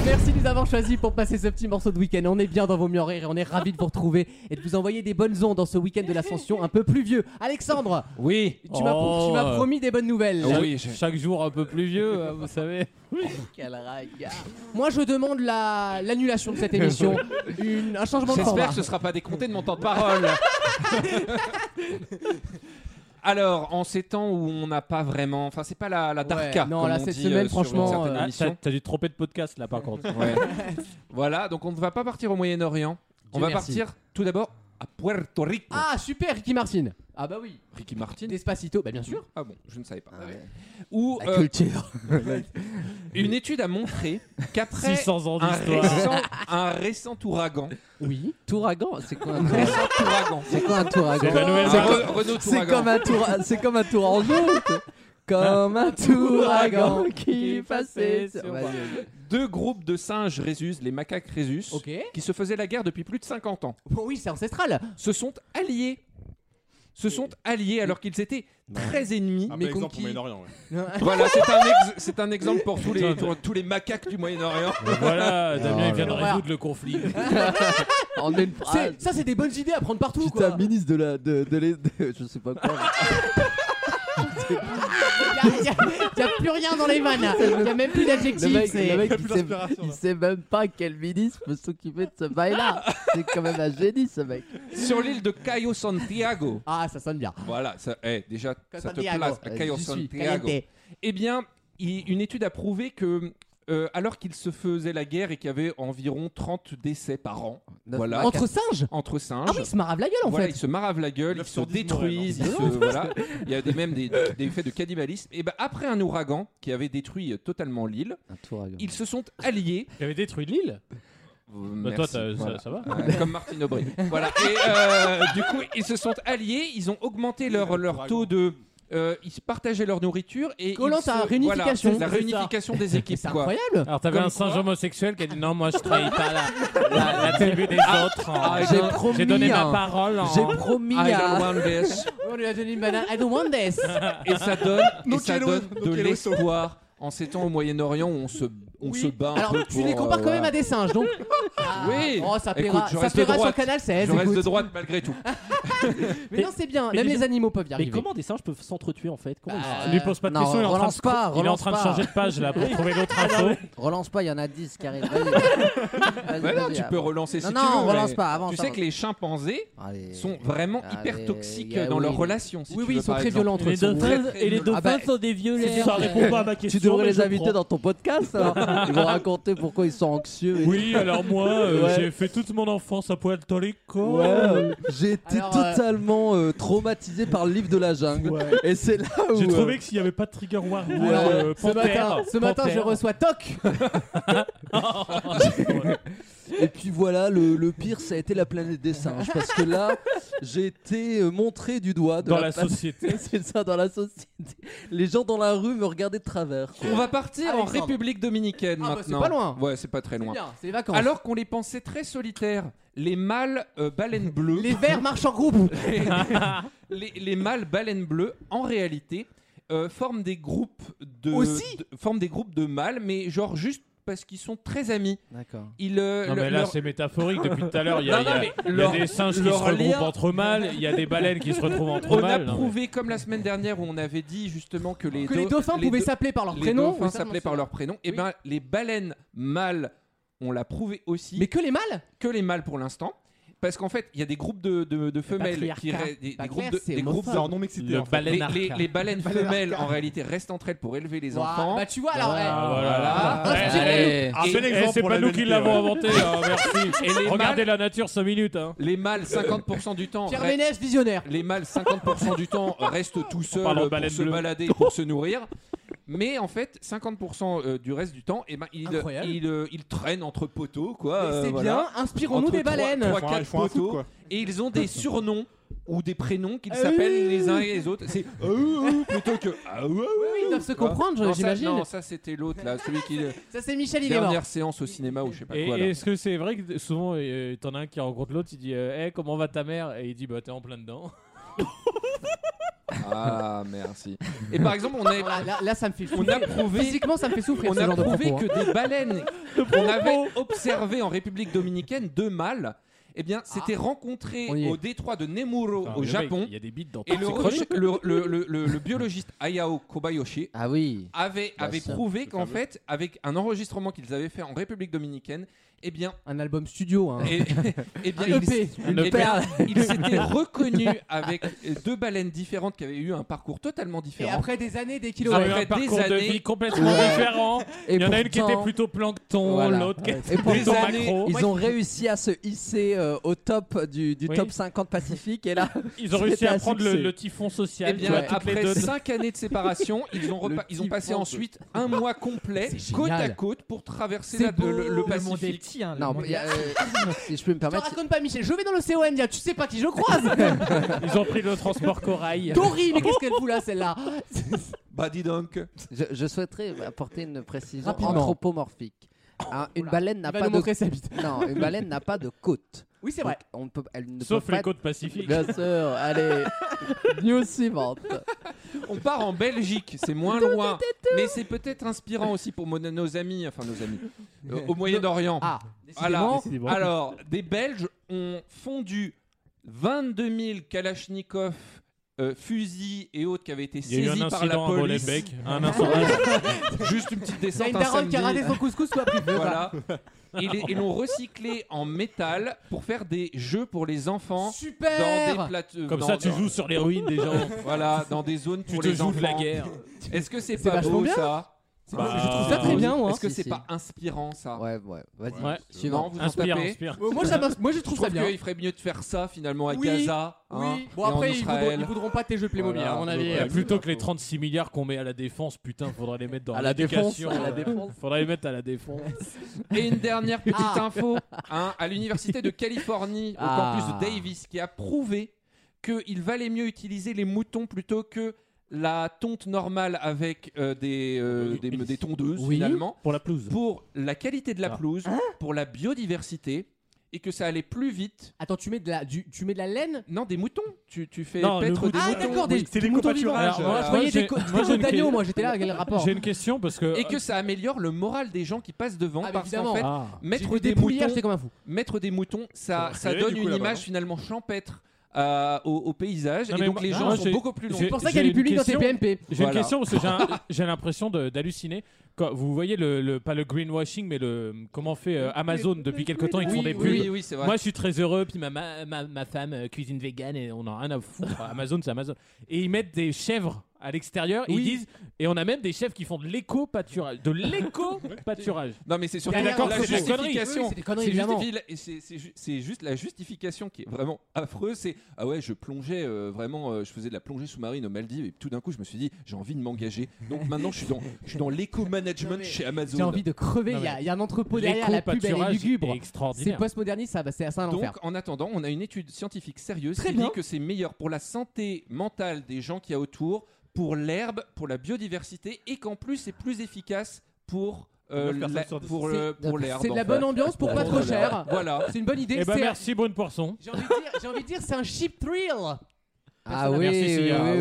S2: Merci de nous avoir choisis pour passer ce petit morceau de week-end. On est bien dans vos mieux en rire et on est ravis de vous retrouver et de vous envoyer des bonnes ondes dans ce week-end de l'ascension un peu pluvieux. Alexandre,
S3: Oui.
S2: tu m'as
S4: Oh.
S2: tu m'as promis des bonnes nouvelles.
S3: Ah oui, je-
S4: Chaque jour un peu plus vieux, hein, vous savez.
S7: Quel regard.
S2: Moi, je demande la- l'annulation de cette émission, Une- un changement de
S3: J'espère
S2: format.
S3: que ce sera pas décompté de mon temps de parole. Alors, en ces temps où on n'a pas vraiment, enfin, c'est pas la, la darka.
S2: Ouais, non,
S3: comme
S2: là,
S3: on
S2: cette
S3: dit,
S2: semaine,
S3: sur une
S2: franchement,
S3: certaine
S2: euh,
S4: Ah,
S3: émission.
S4: T'as t'as dû te tromper de podcast là par contre.
S3: Ouais. voilà, donc on ne va pas partir au Moyen-Orient. On
S2: Dieu
S3: va
S2: merci.
S3: partir tout d'abord à Puerto Rico.
S2: Ah super, Ricky Martin. Ah bah oui.
S3: Ricky Martin.
S2: Despacito, bah bien sûr.
S3: Ah bon, je ne savais pas.
S7: Ah ouais.
S3: Ou euh,
S7: La culture.
S3: une étude a montré qu'après
S4: 600 ans
S3: un
S4: d'histoire.
S3: récent, un récent ouragan,
S2: Oui.
S7: Touragan, c'est quoi un
S3: un récent ouragan,
S7: C'est quoi un
S4: C'est la
S7: touragan
S4: nouvelle
S3: un
S4: marque.
S3: Re- Renault
S7: C'est
S3: ouragan.
S7: comme un tour, c'est comme un tourangeau. Comme un Hein touragan qui passait sur. Vas-y.
S3: Deux groupes de singes rhesus, les macaques rhesus,
S2: Ok.
S3: qui se faisaient la guerre depuis plus de 50 ans,
S2: Bon, oui, c'est ancestral.
S7: Ah,
S3: se sont alliés. Se sont alliés alors qu'ils étaient très ennemis,
S12: Un bel
S3: mais
S12: exemple au
S3: conquis.
S12: Moyen-Orient. ouais.
S3: Voilà, c'est un, ex- c'est un exemple pour tous les, pour tous les macaques du Moyen-Orient.
S4: Euh, Voilà, Damien il vient de
S2: l'horreur.
S4: résoudre le conflit.
S7: En une
S2: C'est-
S7: phrase.
S2: ça, c'est des bonnes idées à prendre partout.
S7: Putain,
S2: Quoi.
S7: ministre de la, de, de, l'é- de- je sais pas quoi. mais-
S2: Y a, y a- y a plus rien dans les vannes. Y a même plus
S7: Le
S2: d'adjectifs.
S7: mec,
S2: c'est-
S7: le mec,
S12: plus
S7: il, sait,
S12: d'inspiration,
S7: il
S12: là.
S7: sait même pas quel ministre peut s'occuper de ce bail-là. C'est quand même un génie, ce mec.
S3: Sur l'île de Cayo Santiago.
S2: Ah, ça sonne bien.
S3: Voilà, ça, eh, déjà, ça te
S2: Santiago.
S3: place à Cayo
S2: J'y suis.
S3: Santiago.
S2: Caliente.
S3: Eh bien, il- une étude a prouvé que, euh, alors qu'ils se faisaient la guerre et qu'il y avait environ 30 décès par an Voilà.
S2: Entre singes
S3: entre singes,
S2: Ah oui, ils se marave la gueule en
S3: voilà,
S2: fait.
S3: ils se maravent la gueule, ils
S12: Neuf
S3: se
S12: sur dix
S3: détruisent, ils se, voilà. il y a des, même des, des faits de cannibalisme. Et ben, après un ouragan qui avait détruit totalement l'île,
S7: Un touragan.
S3: ils se sont alliés.
S4: Tu avais détruit l'île
S3: Euh,
S4: Bah, Toi,
S3: merci,
S4: t'as-
S3: voilà.
S4: ça, ça va
S3: Ouais, comme Martine Aubry. voilà. Et euh, du coup, ils se sont alliés, ils ont augmenté leur, leur taux de euh, ils se partageaient leur nourriture et
S2: Koh-Lanta,
S3: ils se-
S2: réunification.
S3: voilà, la
S2: C'est ça.
S3: réunification des équipes.
S2: C'est
S3: quoi.
S2: incroyable.
S8: Alors t'avais
S3: Comme
S8: un singe
S3: quoi-
S8: homosexuel qui a dit non moi je trahis pas la, la, la tribu des
S3: Ah,
S8: autres.
S4: hein.
S3: ah,
S8: J'ai-
S3: j'ai promis,
S8: J'ai donné
S3: hein.
S8: ma parole. en-
S7: J'ai promis hein.
S3: I
S7: à.
S3: don't want this.
S2: On lui a donné une banane. I don't want this.
S3: Et ça donne, et
S5: No
S3: ça
S5: kilo,
S3: donne
S5: no
S3: de
S5: kilo.
S3: l'espoir en ces temps au Moyen-Orient où on se, on se bat un
S2: Alors,
S3: peu
S2: tu
S3: pour,
S2: les compares
S3: euh,
S2: quand même à des singes, donc.
S3: Oui.
S2: Oh, ça
S3: Écoute,
S2: paiera,
S3: je
S2: ça
S3: reste
S2: paiera
S3: de
S2: sur
S3: droite.
S2: Canal 16.
S3: Je reste de
S2: écoute.
S3: droite malgré tout.
S2: Mais non, c'est bien.
S13: Mais
S2: Même
S13: dis-
S2: les animaux peuvent y
S13: Mais
S2: arriver.
S13: comment des singes peuvent s'entretuer en fait Comment ils-
S8: Lui pose pas de
S7: Non,
S8: questions, il est en train de
S7: relance
S8: sc-
S7: pas,
S8: il est en
S7: relance
S8: train de
S7: pas.
S8: changer de page là pour trouver l'autre info.
S7: Relance pas, il y en a 10 qui arrivent. Vas-y. Vas-y,
S3: Bah non,
S7: vas-y,
S3: tu peux relancer
S7: Non,
S3: si
S7: non,
S3: tu veux.
S7: on relance
S3: mais
S7: pas, avance,
S3: Tu sais
S7: avance.
S3: que les chimpanzés
S7: Allez.
S3: sont vraiment hyper
S7: Allez,
S3: toxiques
S7: yeah,
S3: dans
S7: oui.
S3: leurs relations. si
S2: Oui,
S3: tu
S2: oui,
S3: veux,
S2: ils sont
S3: par
S2: très
S3: exemple.
S2: violents entre eux.
S13: Les
S2: ils sont
S13: dauphins,
S3: très, très
S13: et les
S3: nuls.
S13: dauphins
S7: Ah bah,
S13: sont des violets.
S2: ça
S13: répond pas à ma question.
S7: Tu devrais les inviter dans ton podcast. alors. Ils vont raconter pourquoi ils sont anxieux. et
S8: Oui, alors moi, euh,
S7: Ouais.
S8: j'ai fait toute mon enfance à Puerto
S7: tout.
S8: Rico.
S7: Ouais, euh, j'ai été
S2: Alors, euh,
S7: totalement euh, traumatisé par le livre de la jungle. Et c'est là où.
S13: J'ai
S7: euh,
S13: trouvé que s'il n'y avait pas de trigger warning,
S7: Ouais.
S13: euh,
S2: Ce matin,
S13: panthère,
S2: ce matin je
S13: panthère.
S2: reçois Toc.
S7: Et puis voilà, le, le pire, ça a été la planète des singes. Parce que là, j'ai été euh, montré du doigt. De
S8: Dans la
S7: planète-
S8: société.
S7: C'est ça, dans la société. Les gens dans la rue me regardaient de travers. quoi.
S3: On va partir en
S2: Alexandre.
S3: République dominicaine
S2: Ah bah, c'est
S3: maintenant.
S2: pas loin.
S3: Ouais, c'est pas très
S2: C'est
S3: loin.
S2: bien, c'est les vacances.
S3: Alors qu'on les pensait très solitaires, les mâles euh, baleines bleues.
S2: les verts marchent en groupe.
S3: les, les mâles baleines bleues, en réalité, euh, forment des groupes de,
S2: Aussi
S3: de- forment des groupes de mâles, mais genre juste parce qu'ils sont très amis.
S7: D'accord.
S3: Ils, euh,
S8: Non, mais
S3: leur-
S8: là,
S3: leur-
S8: c'est métaphorique depuis tout à l'heure. Il y
S3: Non,
S8: a, il y
S3: non,
S8: a-
S3: mais
S8: il y a
S3: leur-
S8: des singes qui se
S3: leur
S8: regroupent
S3: lien-
S8: entre mâles, il y a des baleines qui se retrouvent entre
S3: on a
S8: mâles. Non, mais-
S3: prouvé, comme la semaine dernière où on avait dit justement que les,
S2: Que les
S3: dau-
S2: dauphins
S3: les
S2: pouvaient
S3: dau-
S2: s'appeler par leur
S3: les
S2: prénom.
S3: dauphins
S2: Oui, ça,
S3: s'appelaient
S2: on
S3: par
S2: sait.
S3: leur prénom, et
S2: Oui.
S3: ben les baleines mâles, on l'a prouvé aussi.
S2: Mais que les mâles
S3: que les mâles pour l'instant. Parce qu'en fait, il y a des groupes de, de- de femelles qui
S2: patriarcat.
S3: re- des, des
S2: Pas
S3: groupes
S2: clair,
S3: de,
S2: c'est
S3: des groupes de-
S2: homophobe.
S5: Leur nom excité.
S8: Le
S5: en fait.
S8: baleine
S3: les, les-
S8: arca.
S3: les baleines femelles en réalité restent entre elles pour élever les
S2: Ouah,
S3: enfants.
S2: Bah tu vois alors.
S8: Ah,
S2: eh,
S8: voilà.
S2: Ah,
S8: Eh,
S2: c'est
S8: eh,
S7: Allez.
S13: Un
S3: Et-
S13: bel
S8: eh,
S13: exemple
S8: c'est
S13: pour
S8: pas
S13: la
S8: nous qui
S13: vanité,
S8: l'avons
S13: ouais.
S8: inventé, hein, merci.
S3: Et les
S8: Regardez
S3: mâles,
S8: la nature 5 minutes. Hein.
S3: les mâles 50% du temps
S2: Pierre
S3: re-
S2: Ménès visionnaire.
S3: les mâles 50% du temps restent tout seuls
S8: parlant de
S3: pour
S8: baleine
S3: se
S8: bleue.
S3: balader pour se nourrir. Mais en fait, 50% euh, du reste du temps, eh ben, ils,
S2: Incroyable.
S3: ils, euh, ils traînent entre poteaux. quoi.
S2: Mais
S3: euh,
S2: C'est
S3: voilà.
S2: bien. Inspirons-nous
S3: Entre
S2: des
S3: trois-
S2: baleines.
S3: trois,
S5: Ils font un-
S3: quatre
S5: ils font un foot,
S3: poteaux.
S5: quoi.
S3: et ils ont des surnoms ou des prénoms qu'ils
S2: Ah
S3: s'appellent
S2: oui.
S3: les uns et les autres. C'est ah ouh, ouh plutôt que ah ouh, ouh,
S2: Oui, Ils doivent se
S3: tu vois. Non,
S2: comprendre,
S3: ça-
S2: j'imagine.
S3: Non, ça c'était l'autre là, celui qui
S2: Ça c'est Michel il est mort.
S3: dernière séance au cinéma ou je sais pas
S8: Et
S3: Bah, quoi. là.
S8: est-ce que c'est vrai que souvent, euh, t'en as un qui rencontre l'autre, il dit euh, Eh, comment va ta mère Et il dit Bah, t'es en plein dedans.
S3: Ah merci. Et par exemple, on a
S2: Là, là, là, ça me fait
S3: on a
S2: souffrir.
S3: prouvé
S2: Physiquement ça me fait souffrir
S3: on
S2: ce
S3: a
S2: genre de
S3: prouvé
S2: propos. hein.
S3: que des baleines qu'on avait observées en République dominicaine deux mâles, eh bien, s'étaient rencontrés
S2: Ah. On y est.
S3: au détroit de Nemuro
S8: Enfin,
S3: au
S8: le mec,
S3: Japon.
S8: Il y a des bites dans
S3: Hmm. Et
S8: toutes
S3: le,
S8: ses
S3: reche-
S8: chroniques.
S3: le- le- le- le- le biologiste Hayao Kobayashi
S7: Ah oui.
S3: avait,
S7: Bah,
S3: avait
S7: ça,
S3: prouvé qu'en fait, avec un enregistrement qu'ils avaient fait en République dominicaine, eh bien,
S2: Un album studio. hein.
S3: eh, eh bien,
S2: Un E
S3: ils,
S2: EP.
S3: eh bien, ils s'étaient reconnus avec deux baleines différentes qui avaient eu un parcours totalement
S2: Et
S3: différent.
S2: après des années, des
S8: Ils ont eu
S2: kilomètres.
S3: après
S8: un
S3: des
S8: parcours de
S3: années-
S8: vie complètement
S7: Ouais.
S8: différent.
S7: Et
S8: Il y en a une qui était
S7: pourtant-
S8: plutôt plancton,
S7: Voilà.
S8: l'autre qui était
S7: Et pourtant,
S8: plutôt
S3: années-
S8: macro.
S7: Ils ont réussi à se hisser euh, au top du, du
S8: Oui.
S7: top 50 pacifique et là,
S8: Ils ont
S7: C'était
S8: réussi à
S7: un
S8: prendre le,
S7: succès.
S8: le typhon social.
S3: Eh
S8: tu
S3: bien,
S8: vois, toutes les
S3: après
S8: deux.
S3: cinq années de séparation, ils ont, repa- ils ont passé ensuite un mois complet,
S2: C'est
S3: côte
S2: génial.
S3: à côte, pour traverser
S2: C'est
S3: la-
S2: beau.
S3: le, le
S6: Le monde est
S3: Pacifique.
S6: petit, hein, le
S7: non,
S6: monde
S7: mais,
S6: est-
S7: euh, si je peux me
S2: Ne
S7: permettre,
S2: raconte pas Michel, je vais dans l'océan Indien, tu sais pas qui je croise
S8: Ils ont pris le transport corail.
S2: Tori, mais qu'est-ce qu'elle fout là celle-là
S3: Bah dis donc.
S7: je, je souhaiterais apporter une précision
S2: Rapidement.
S7: anthropomorphique. Hein, une baleine n'a
S2: Elle va
S7: pas
S2: nous
S7: de
S2: montrer sa bite.
S7: non, une baleine n'a pas de côte.
S2: Oui, c'est
S7: Donc,
S2: vrai.
S7: on ne peut, elle ne
S8: Sauf
S7: peut pas
S8: les côtes pacifiques.
S7: Bien sûr, allez. News suivante.
S3: On part en Belgique, c'est moins loin, mais c'est peut-être inspirant aussi pour mon- nos amis, enfin nos amis, euh, au Moyen-Orient.
S2: Ah,
S3: Voilà.
S13: décidément.
S3: Alors, des Belges ont fondu 22 000 Kalachnikov, euh, fusils et autres qui avaient été
S8: Il y a eu
S3: saisis
S8: un
S3: par la
S8: incident à
S3: police. Ah,
S8: Molenbeek, un incendie.
S3: Juste une petite
S2: c'est
S3: descente
S2: une
S3: un
S2: daronne qui a
S3: samedi.
S2: raté son couscous, toi, pris.
S3: Voilà. Ils les- ils l'ont recyclé en métal pour faire des jeux pour les enfants dans des
S2: Super
S3: plates. euh,
S8: Comme
S3: dans-
S8: ça, tu
S3: dans-
S8: joues sur les ruines des gens.
S3: Voilà, dans des zones
S8: Tu
S3: pour
S8: te
S3: les
S8: joues
S3: enfants.
S8: de la guerre.
S3: Est-ce que c'est
S2: C'est
S3: pas
S2: vachement
S3: beau
S2: bien.
S3: ça
S8: Bah,
S2: Je
S4: Ah,
S2: trouve ça très bien, moi.
S3: Est-ce que
S7: Si,
S3: c'est
S7: si.
S3: pas inspirant ça
S7: Ouais, ouais, vas-y.
S8: Ouais.
S7: Suivant.
S3: Non, vous en
S8: Inspire,
S3: tapez.
S8: inspire.
S2: Euh, Moi, ça m'ins- moi, je trouve
S3: Je
S2: ça
S3: trouve
S2: bien.
S3: qu'il ferait mieux de faire ça finalement à
S2: Oui,
S3: Gaza. hein,
S2: Oui, bon
S3: et en
S2: après, ils voudront,
S3: Israël.
S2: ils voudront pas tes jeux Playmobil,
S3: Voilà.
S2: à mon avis.
S8: Ouais, plutôt que les 36 milliards qu'on met à la défense, putain, faudrait les mettre dans
S7: À la défense,
S8: l'éducation.
S4: euh,
S8: euh,
S7: à la défense.
S8: Faudrait les mettre à la défense.
S3: Et une dernière petite info hein, à l'université de Californie, au
S7: Ah.
S3: campus de Davis, qui a prouvé qu'il valait mieux utiliser les moutons plutôt que la tonte normale avec euh, des, euh, des, des tondeuses finalement.
S13: Pour la pelouse.
S3: Pour Ah. la qualité de la pelouse, pour la biodiversité. Et que ça allait plus vite.
S2: Attends, tu mets de la, du- tu mets de la laine
S3: Non, des moutons. Tu, tu fais
S4: Non,
S3: paître
S4: le
S3: des
S4: mouton-
S3: moutons.
S4: Ah, d'accord, des-
S3: c'est
S4: des
S3: des
S4: moutons
S3: moutons vivants.
S4: pâturages. Alors,
S2: moi, je voyais des co- des
S4: j'ai une
S2: d'agneau,
S4: que-
S2: moi, j'étais là, quel rapport
S4: J'ai une question parce que.
S3: Et que ça améliore le moral des gens qui passent devant.
S2: Ah,
S3: parce
S2: évidemment.
S3: qu'en fait,
S2: Ah. J'ai
S3: mettre
S2: vu
S3: des,
S2: des poulies
S3: moutons,
S2: acheter comme un fou.
S3: mettre des moutons, ça,
S2: Ça
S3: ça
S2: va
S3: donne
S2: créer, du coup,
S3: une
S2: là-bas,
S3: image
S2: non
S3: finalement champêtre euh, au, au paysage.
S4: Non,
S3: et
S4: mais
S3: donc
S4: moi-
S3: les gens
S4: moi,
S3: sont
S4: j'ai-
S3: beaucoup plus lents.
S4: j'ai- j'ai une question- J'ai une
S3: Voilà.
S4: question parce que j'ai un- j'ai l'impression de- d'halluciner. Quand vous voyez le, le- pas le greenwashing mais le comment fait euh, Amazon depuis quelque temps ils
S3: Oui,
S4: font des
S3: oui,
S4: pubs.
S3: oui, oui, c'est vrai.
S4: Moi je suis très heureux puis ma ma, ma- ma femme euh, cuisine vegan et on en a rien à foutre. Amazon c'est Amazon et ils mettent des chèvres à l'extérieur et ils
S3: Oui.
S4: disent et on a même des chèvres qui font de l'éco pâturage de l'éco pâturage.
S3: Non mais c'est surtout
S4: Mais d'accord,
S3: la
S4: c'est des conneries.
S3: justification.
S4: Oui, c'est des conneries,
S3: C'est
S4: évidemment.
S3: justifi- et c'est- c'est ju- C'est juste la justification qui est vraiment affreuse. C'est ah ouais, je plongeais euh, vraiment, euh, je faisais de la plongée sous-marine aux Maldives et tout d'un coup je me suis dit j'ai envie de m'engager. Donc maintenant je suis dans, je suis dans l'éco-management chez Amazon.
S2: J'ai envie de crever. Il y, a- il y a un entrepôt derrière. La pub, elle est lugubre. C'est postmoderniste, ça, bah, c'est c'est un
S3: Donc,
S2: enfer.
S3: en attendant, on a une étude scientifique sérieuse
S2: Très
S3: qui
S2: bien.
S3: dit que c'est meilleur pour la santé mentale des gens qu'il y a autour, pour l'herbe, pour la biodiversité, et qu'en plus c'est plus efficace pour euh,
S13: Neuf personnes
S3: la-
S13: sur dix.
S3: pour le-
S2: C'est-
S3: pour l'herbe.
S2: c'est de
S3: en
S2: la
S3: fait.
S2: bonne ambiance pour pas trop
S3: Voilà.
S2: cher.
S3: Voilà.
S2: C'est une bonne idée.
S4: Et bah
S2: c'est-
S4: merci bonne poisson.
S2: J'ai envie de dire- j'ai envie de dire, c'est un cheap thrill.
S7: Ah
S2: Personne n'a-
S7: oui,
S4: Merci,
S7: oui, oui,
S4: Sylvia.
S7: oui,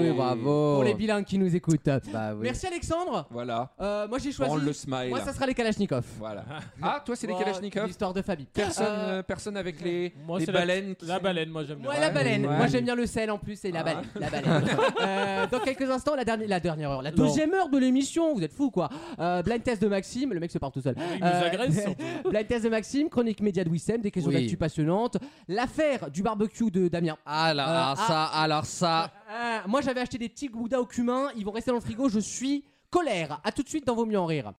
S4: Oui.
S7: oui, oui, bravo.
S2: Ah Pour les bilingues qui nous écoutent.
S7: Bah oui.
S2: Merci Alexandre.
S3: Voilà.
S2: Euh, moi j'ai choisi.
S3: Prends le smile.
S2: Moi ça sera les Kalachnikov.
S3: Voilà. Ah, toi c'est les
S2: Oh,
S3: Kalachnikov
S2: Histoire de famille.
S3: Personne,
S2: Euh,
S3: euh, personne avec les,
S4: Moi
S3: les
S4: c'est la-
S3: baleines.
S4: La, baleine moi j'aime bien.
S2: Ouais, la baleine.
S3: Ouais.
S2: Moi, j'aime bien le sel en plus et la
S3: Ah.
S2: baleine. La baleine. Euh, dans quelques instants, la dernière, la dernière heure, la deuxième heure de l'émission. Vous êtes fous quoi Euh, Blind test de Maxime. Le mec se part tout seul.
S4: Il nous
S2: Euh,
S4: agresse, surtout.
S2: blind test de Maxime, chronique média de Wissem, des questions
S7: Oui.
S2: d'actu passionnantes, l'affaire du barbecue de Damien.
S7: Ah là,
S2: Euh,
S7: ah, ça, alors ça.
S2: Ah, moi, j'avais acheté des petits goudas au cumin. Ils vont rester dans le frigo. Je suis colère. À tout de suite dans Vaut mieux en rire.